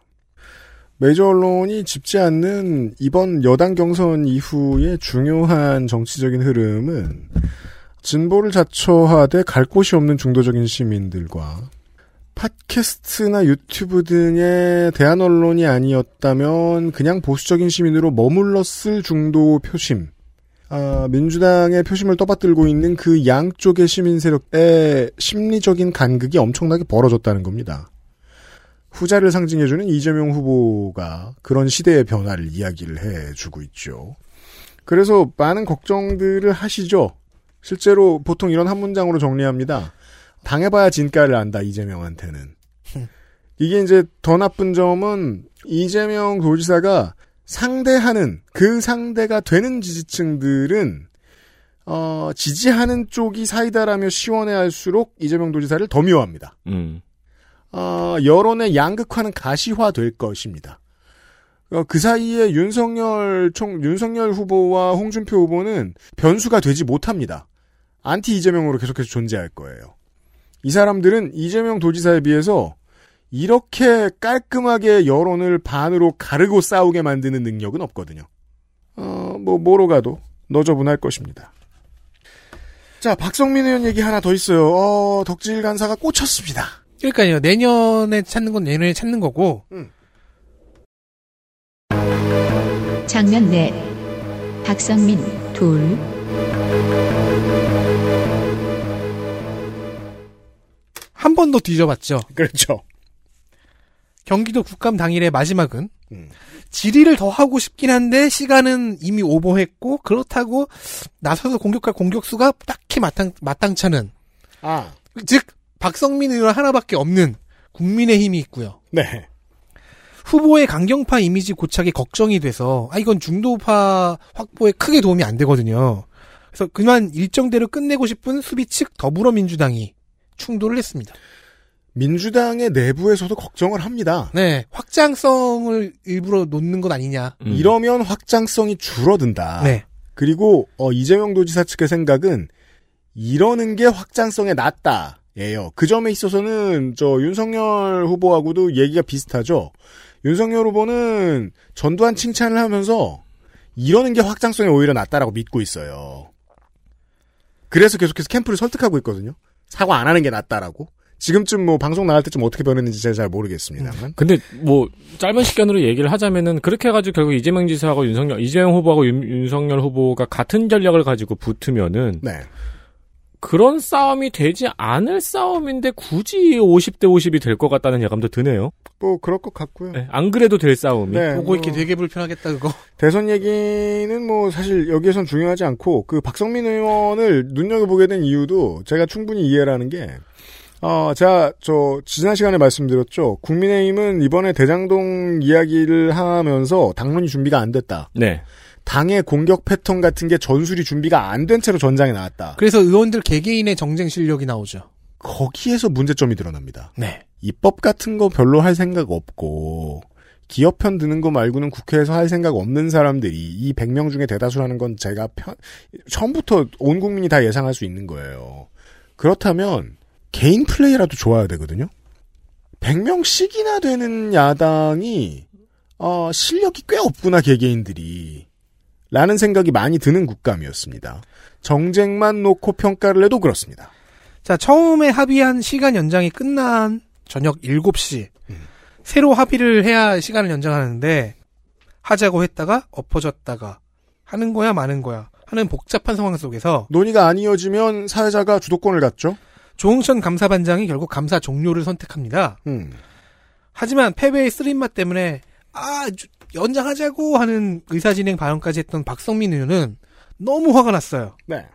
Speaker 3: 메이저 언론이 짚지 않는 이번 여당 경선 이후의 중요한 정치적인 흐름은 진보를 자처하되 갈 곳이 없는 중도적인 시민들과 팟캐스트나 유튜브 등의 대한 언론이 아니었다면 그냥 보수적인 시민으로 머물렀을 중도 표심. 아, 민주당의 표심을 떠받들고 있는 그 양쪽의 시민 세력의 심리적인 간극이 엄청나게 벌어졌다는 겁니다. 후자를 상징해주는 이재명 후보가 그런 시대의 변화를 이야기를 해주고 있죠. 그래서 많은 걱정들을 하시죠. 실제로 보통 이런 한 문장으로 정리합니다. 당해봐야 진가를 안다, 이재명한테는. 이게 이제 더 나쁜 점은 이재명 도지사가 상대하는, 그 상대가 되는 지지층들은, 어, 지지하는 쪽이 사이다라며 시원해 할수록 이재명 도지사를 더 미워합니다.
Speaker 2: 음.
Speaker 3: 어, 여론의 양극화는 가시화 될 것입니다. 어, 그 사이에 윤석열 총, 윤석열 후보와 홍준표 후보는 변수가 되지 못합니다. 안티 이재명으로 계속해서 존재할 거예요. 이 사람들은 이재명 도지사에 비해서 이렇게 깔끔하게 여론을 반으로 가르고 싸우게 만드는 능력은 없거든요. 어, 뭐, 뭐로 가도 너저분할 것입니다. 자, 박성민 의원 얘기 하나 더 있어요. 어, 덕질 간사가 꽂혔습니다.
Speaker 4: 그러니까요. 내년에 찾는 건 내년에 찾는 거고
Speaker 1: 장면 내 박성민 둘
Speaker 4: 한 번 더 뒤져봤죠.
Speaker 3: 그렇죠.
Speaker 4: 경기도 국감 당일의 마지막은 질의를 더 하고 싶긴 한데 시간은 이미 오버했고 그렇다고 나서서 공격할 공격수가 딱히 마땅 마땅찮은
Speaker 3: 아,
Speaker 4: 즉 박성민 의원 하나밖에 없는 국민의힘이 있고요.
Speaker 3: 네.
Speaker 4: 후보의 강경파 이미지 고착이 걱정이 돼서 아 이건 중도파 확보에 크게 도움이 안 되거든요. 그래서 그만 일정대로 끝내고 싶은 수비 측 더불어민주당이 충돌을 했습니다.
Speaker 3: 민주당의 내부에서도 걱정을 합니다.
Speaker 4: 네, 확장성을 일부러 놓는 것 아니냐.
Speaker 2: 음.
Speaker 3: 이러면 확장성이 줄어든다.
Speaker 4: 네.
Speaker 3: 그리고 어, 이재명 도지사 측의 생각은 이러는 게 확장성에 낫다. 예요. 그 점에 있어서는 저 윤석열 후보하고도 얘기가 비슷하죠. 윤석열 후보는 전두환 칭찬을 하면서 이러는 게 확장성에 오히려 낫다라고 믿고 있어요. 그래서 계속해서 캠프를 설득하고 있거든요. 사과 안 하는 게 낫다라고. 지금쯤 뭐 방송 나갈 때쯤 어떻게 변했는지 제가 잘 모르겠습니다만.
Speaker 2: 근데 뭐 짧은 시간으로 얘기를 하자면은 그렇게 해가지고 결국 이재명 지사하고 윤석열 이재명 후보하고 윤, 윤석열 후보가 같은 전략을 가지고 붙으면은
Speaker 3: 네.
Speaker 2: 그런 싸움이 되지 않을 싸움인데 굳이 50대 50이 될 것 같다는 예감도 드네요.
Speaker 3: 뭐 그럴 것 같고요.
Speaker 2: 네, 안 그래도 될 싸움이.
Speaker 3: 네,
Speaker 4: 보고 있기
Speaker 3: 뭐-
Speaker 4: 되게 불편하겠다 그거.
Speaker 3: 대선 얘기는 뭐 사실 여기에선 중요하지 않고 그 박성민 의원을 눈여겨보게 된 이유도 제가 충분히 이해를 하는 게 어, 제가 저 지난 시간에 말씀드렸죠. 국민의힘은 이번에 대장동 이야기를 하면서 당론이 준비가 안 됐다.
Speaker 2: 네.
Speaker 3: 당의 공격 패턴 같은 게 전술이 준비가 안 된 채로 전장에 나왔다.
Speaker 4: 그래서 의원들 개개인의 정쟁 실력이 나오죠.
Speaker 3: 거기에서 문제점이 드러납니다.
Speaker 4: 네.
Speaker 3: 입법 같은 거 별로 할 생각 없고 기업 편 드는 거 말고는 국회에서 할 생각 없는 사람들이 이 100명 중에 대다수라는 건 제가 편, 처음부터 온 국민이 다 예상할 수 있는 거예요. 그렇다면 개인 플레이라도 좋아야 되거든요. 100명씩이나 되는 야당이 어, 실력이 꽤 없구나 개개인들이 라는 생각이 많이 드는 국감이었습니다. 정쟁만 놓고 평가를 해도 그렇습니다.
Speaker 4: 자, 처음에 합의한 시간 연장이 끝난 저녁 7시. 새로 합의를 해야 시간을 연장하는데, 하자고 했다가 엎어졌다가, 하는 거야, 마는 거야. 하는 복잡한 상황 속에서,
Speaker 3: 논의가 안 이어지면 사회자가 주도권을 갖죠.
Speaker 4: 조홍천 감사반장이 결국 감사 종료를 선택합니다.
Speaker 3: 음.
Speaker 4: 하지만 패배의 쓰린맛 때문에, 아, 주- 연장하자고 하는 의사진행 발언까지 했던 박성민 의원은 너무 화가 났어요.
Speaker 3: 네.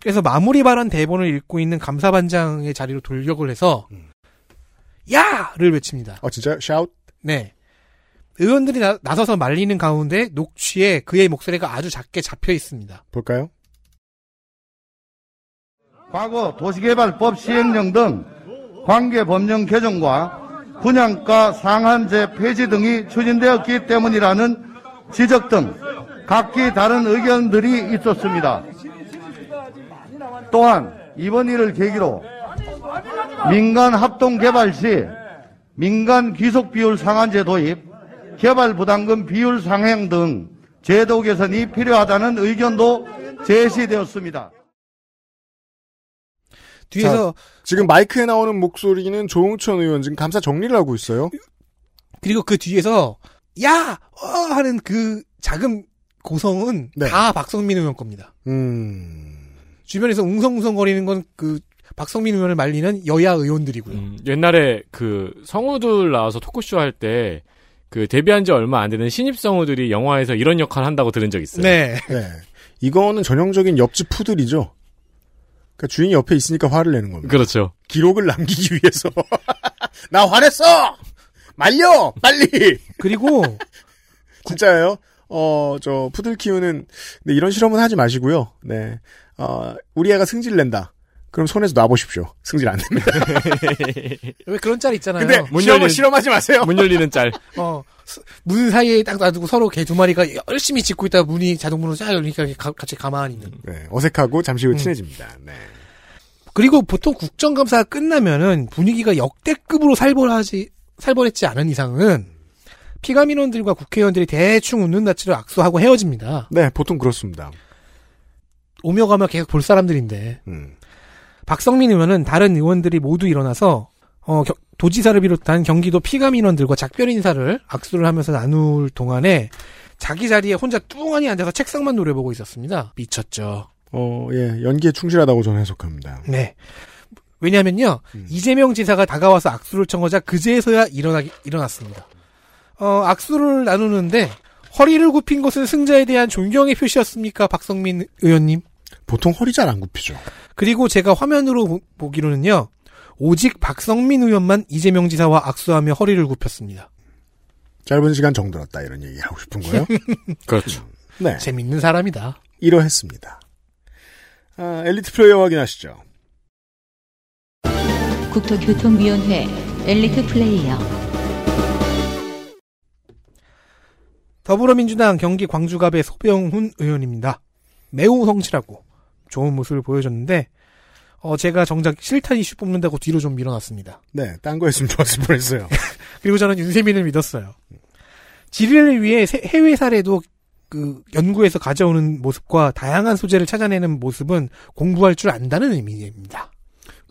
Speaker 4: 그래서 마무리 발언 대본을 읽고 있는 감사반장의 자리로 돌격을 해서, 야!를 외칩니다.
Speaker 3: 아 진짜 샤웃.
Speaker 4: 네. 의원들이 나, 서서 말리는 가운데 녹취에 그의 목소리가 아주 작게 잡혀 있습니다.
Speaker 3: 볼까요?
Speaker 12: 과거 도시개발법 시행령 등 관계 법령 개정과 분양가 상한제 폐지 등이 추진되었기 때문이라는 지적 등 각기 다른 의견들이 있었습니다. 또한 이번 일을 계기로 민간 합동 개발 시 민간 귀속 비율 상한제 도입, 개발부담금 비율 상향 등 제도 개선이 필요하다는 의견도 제시되었습니다.
Speaker 4: 뒤에서
Speaker 3: 지금 마이크에 나오는 목소리는 조응천 의원 지금 감사 정리를 하고 있어요.
Speaker 4: 그리고 그 뒤에서 야! 어! 하는 그 작은 고성은
Speaker 3: 네.
Speaker 4: 다 박성민 의원 겁니다.
Speaker 3: 음,
Speaker 4: 주변에서 웅성웅성거리는 건 그 박성민 의원을 말리는 여야
Speaker 2: 음.
Speaker 4: 의원들이고요.
Speaker 3: 음,
Speaker 2: 옛날에 그 성우들 나와서 토크쇼 할 때 그 데뷔한 지 얼마 안 되는 신입 성우들이 영화에서 이런 역할을 한다고 들은 적 있어요.
Speaker 3: 네. 이거는 전형적인 옆집 푸들이죠. 그러니까 주인이 옆에 있으니까 화를 내는 겁니다. 그러니까
Speaker 2: 그렇죠.
Speaker 3: 기록을 남기기 위해서. 나 화냈어! 말려! 빨리!
Speaker 4: 그리고.
Speaker 3: 진짜예요. 어, 저, 푸들 키우는, 근데 이런 실험은 하지 마시고요. 네. 어, 우리 애가 승질 낸다. 그럼 손에서 놔보십시오. 승질 안 됩니다.
Speaker 4: 왜 그런 짤 있잖아요.
Speaker 3: 근데 실험은 실험하지 마세요.
Speaker 2: 문 열리는 짤.
Speaker 4: 어, 스- 문 사이에 딱 놔두고 서로 개 두 마리가 열심히 짖고 있다가 문이 자동문으로 쫙 열리니까 이렇게 가- 같이 가만히 있는.
Speaker 3: 네, 어색하고 잠시 후
Speaker 4: 음.
Speaker 3: 친해집니다. 네.
Speaker 4: 그리고 보통 국정감사가 끝나면은 분위기가 역대급으로 살벌하지, 살벌했지 않은 이상은 피감인원들과 국회의원들이 대충 웃는 낯으로 악수하고 헤어집니다.
Speaker 3: 네, 보통 그렇습니다.
Speaker 4: 오며 가며 계속 볼 사람들인데.
Speaker 3: 음.
Speaker 4: 박성민 의원은 다른 의원들이 모두 일어나서 어, 겨- 도지사를 비롯한 경기도 피감인원들과 작별 인사를 악수를 하면서 나눌 동안에 자기 자리에 혼자 뚱하니 앉아서 책상만 노려보고 있었습니다. 미쳤죠.
Speaker 3: 어, 예, 연기에 충실하다고 저는 해석합니다.
Speaker 4: 네. 왜냐면요, 이재명 지사가 다가와서 악수를 청하자 그제서야 일어나기, 일어났습니다. 어, 악수를 나누는데, 허리를 굽힌 것은 승자에 대한 존경의 표시였습니까, 박성민 의원님?
Speaker 3: 보통 허리 잘 안 굽히죠.
Speaker 4: 그리고 제가 화면으로 보- 보기로는요, 오직 박성민 의원만 이재명 지사와 악수하며 허리를 굽혔습니다.
Speaker 3: 짧은 시간 정들었다 이런 얘기 하고 싶은 거예요.
Speaker 2: 그렇죠.
Speaker 3: 네.
Speaker 4: 재밌는 사람이다.
Speaker 3: 이러했습니다. 아, 엘리트 플레이어 확인하시죠.
Speaker 1: 국토교통위원회 엘리트 플레이어
Speaker 4: 더불어민주당 경기 광주갑의 소병훈 의원입니다. 매우 성실하고 좋은 모습을 보여줬는데 어, 제가 정작 실탄 이슈 뽑는다고 뒤로 좀 밀어놨습니다.
Speaker 3: 네, 딴 거 했으면 좋았을 뻔했어요.
Speaker 4: 그리고 저는 윤세민을 믿었어요. 지리를 위해 세- 해외 사례도 그 연구해서 가져오는 모습과 다양한 소재를 찾아내는 모습은 공부할 줄 안다는 의미입니다.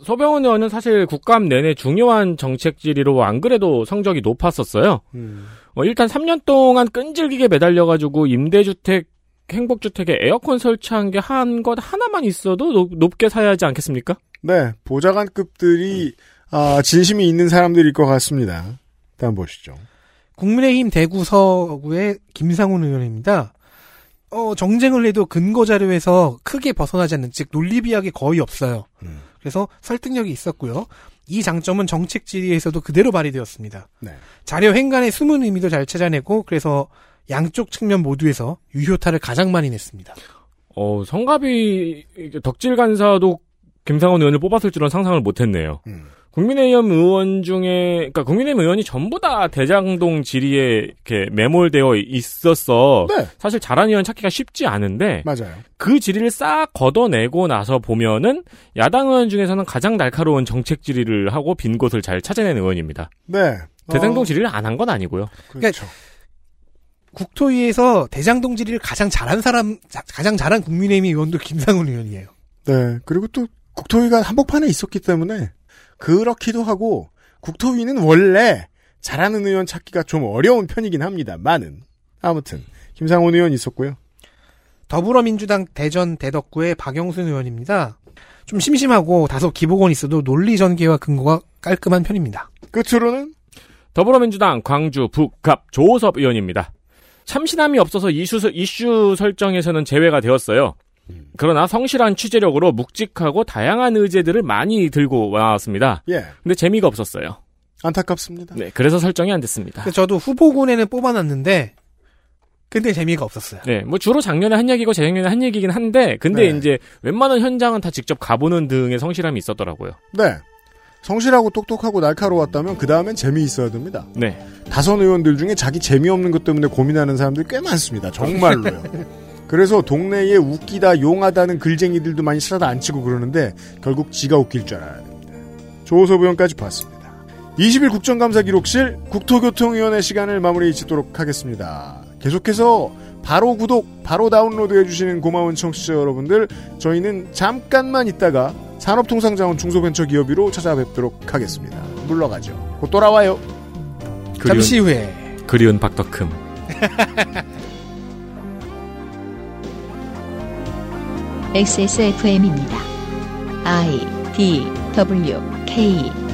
Speaker 2: 소병훈 의원은 사실 국감 내내 중요한 정책 질의로 안 그래도 성적이 높았었어요. 어, 일단 3년 동안 끈질기게 매달려가지고 임대주택, 행복주택에 에어컨 설치한 게 한 것 하나만 있어도 높, 높게 사야 하지 않겠습니까?
Speaker 3: 네, 보좌관급들이 아, 진심이 있는 사람들일 것 같습니다. 다음 보시죠.
Speaker 4: 국민의힘 대구 서구의 김상훈 의원입니다. 어, 정쟁을 해도 근거 자료에서 크게 벗어나지 않는, 즉, 논리 비약이 거의 없어요. 그래서 설득력이 있었고요. 이 장점은 정책 질의에서도 그대로 발휘되었습니다.
Speaker 3: 네.
Speaker 4: 자료 행간의 숨은 의미도 잘 찾아내고, 그래서 양쪽 측면 모두에서 유효타를 가장 많이 냈습니다.
Speaker 2: 어, 성가비 덕질 간사도 김상원 의원을 뽑았을 줄은 상상을 못했네요. 국민의힘 의원 중에, 그러니까 국민의힘 의원이 전부 다 대장동 질의에 이렇게 매몰되어 있었어.
Speaker 3: 네.
Speaker 2: 사실 잘한 의원 찾기가 쉽지 않은데
Speaker 3: 맞아요.
Speaker 2: 그 질의를 싹 걷어내고 나서 보면은 야당 의원 중에서는 가장 날카로운 정책 질의를 하고 빈 곳을 잘 찾아낸 의원입니다.
Speaker 3: 네. 그렇죠.
Speaker 2: 대장동 질의를 안 한 건 아니고요.
Speaker 4: 그러니까 국토위에서 대장동 질의를 가장 잘한 사람, 자- 가장 잘한 국민의힘 의원도 김상훈 의원이에요.
Speaker 3: 네, 그리고 또 국토위가 한복판에 있었기 때문에 그렇기도 하고 국토위는 원래 잘하는 의원 찾기가 좀 어려운 편이긴 합니다. 많은 아무튼 김상훈 의원 있었고요.
Speaker 4: 더불어민주당 대전 대덕구의 박영순 의원입니다. 좀 심심하고 다소 기복은 있어도 논리 전개와 근거가 깔끔한 편입니다.
Speaker 3: 끝으로는
Speaker 2: 더불어민주당 광주 북갑 조호섭 의원입니다. 참신함이 없어서 이슈, 설- 이슈 설정에서는 제외가 되었어요. 그러나 성실한 취재력으로 묵직하고 다양한 의제들을 많이 들고 나왔습니다.
Speaker 3: 예,
Speaker 2: 근데 재미가 없었어요.
Speaker 3: 안타깝습니다.
Speaker 2: 네, 그래서 설정이 안 됐습니다.
Speaker 4: 그래서 저도 후보군에는 뽑아놨는데 근데 재미가 없었어요.
Speaker 2: 네, 뭐 주로 작년에 한 얘기고 재작년에 한 얘기긴 한데, 근데
Speaker 3: 네.
Speaker 2: 이제 웬만한 현장은 다 직접 가보는 등의 성실함이 있었더라고요.
Speaker 3: 네, 성실하고 똑똑하고 날카로웠다면 그 다음엔 재미있어야 됩니다.
Speaker 2: 네.
Speaker 3: 다선 의원들 중에 자기 재미없는 것 때문에 고민하는 사람들이 꽤 많습니다. 정말로요. 그래서 동네에 웃기다 용하다는 글쟁이들도 많이 실어다 앉히고 그러는데 결국 지가 웃길 줄 알아야 됩니다. 조호섭 의원까지 봤습니다. 20일 국정감사 기록실 국토교통위원회 시간을 마무리 짓도록 하겠습니다. 계속해서 바로 구독, 바로 다운로드 해주시는 고마운 청취자 여러분들, 저희는 잠깐만 있다가 산업통상자원 중소벤처기업으로 찾아뵙도록 하겠습니다. 물러가죠. 곧 돌아와요.
Speaker 4: 잠시 후에.
Speaker 2: 그리운 박덕흠.
Speaker 1: XSFM입니다. I D W K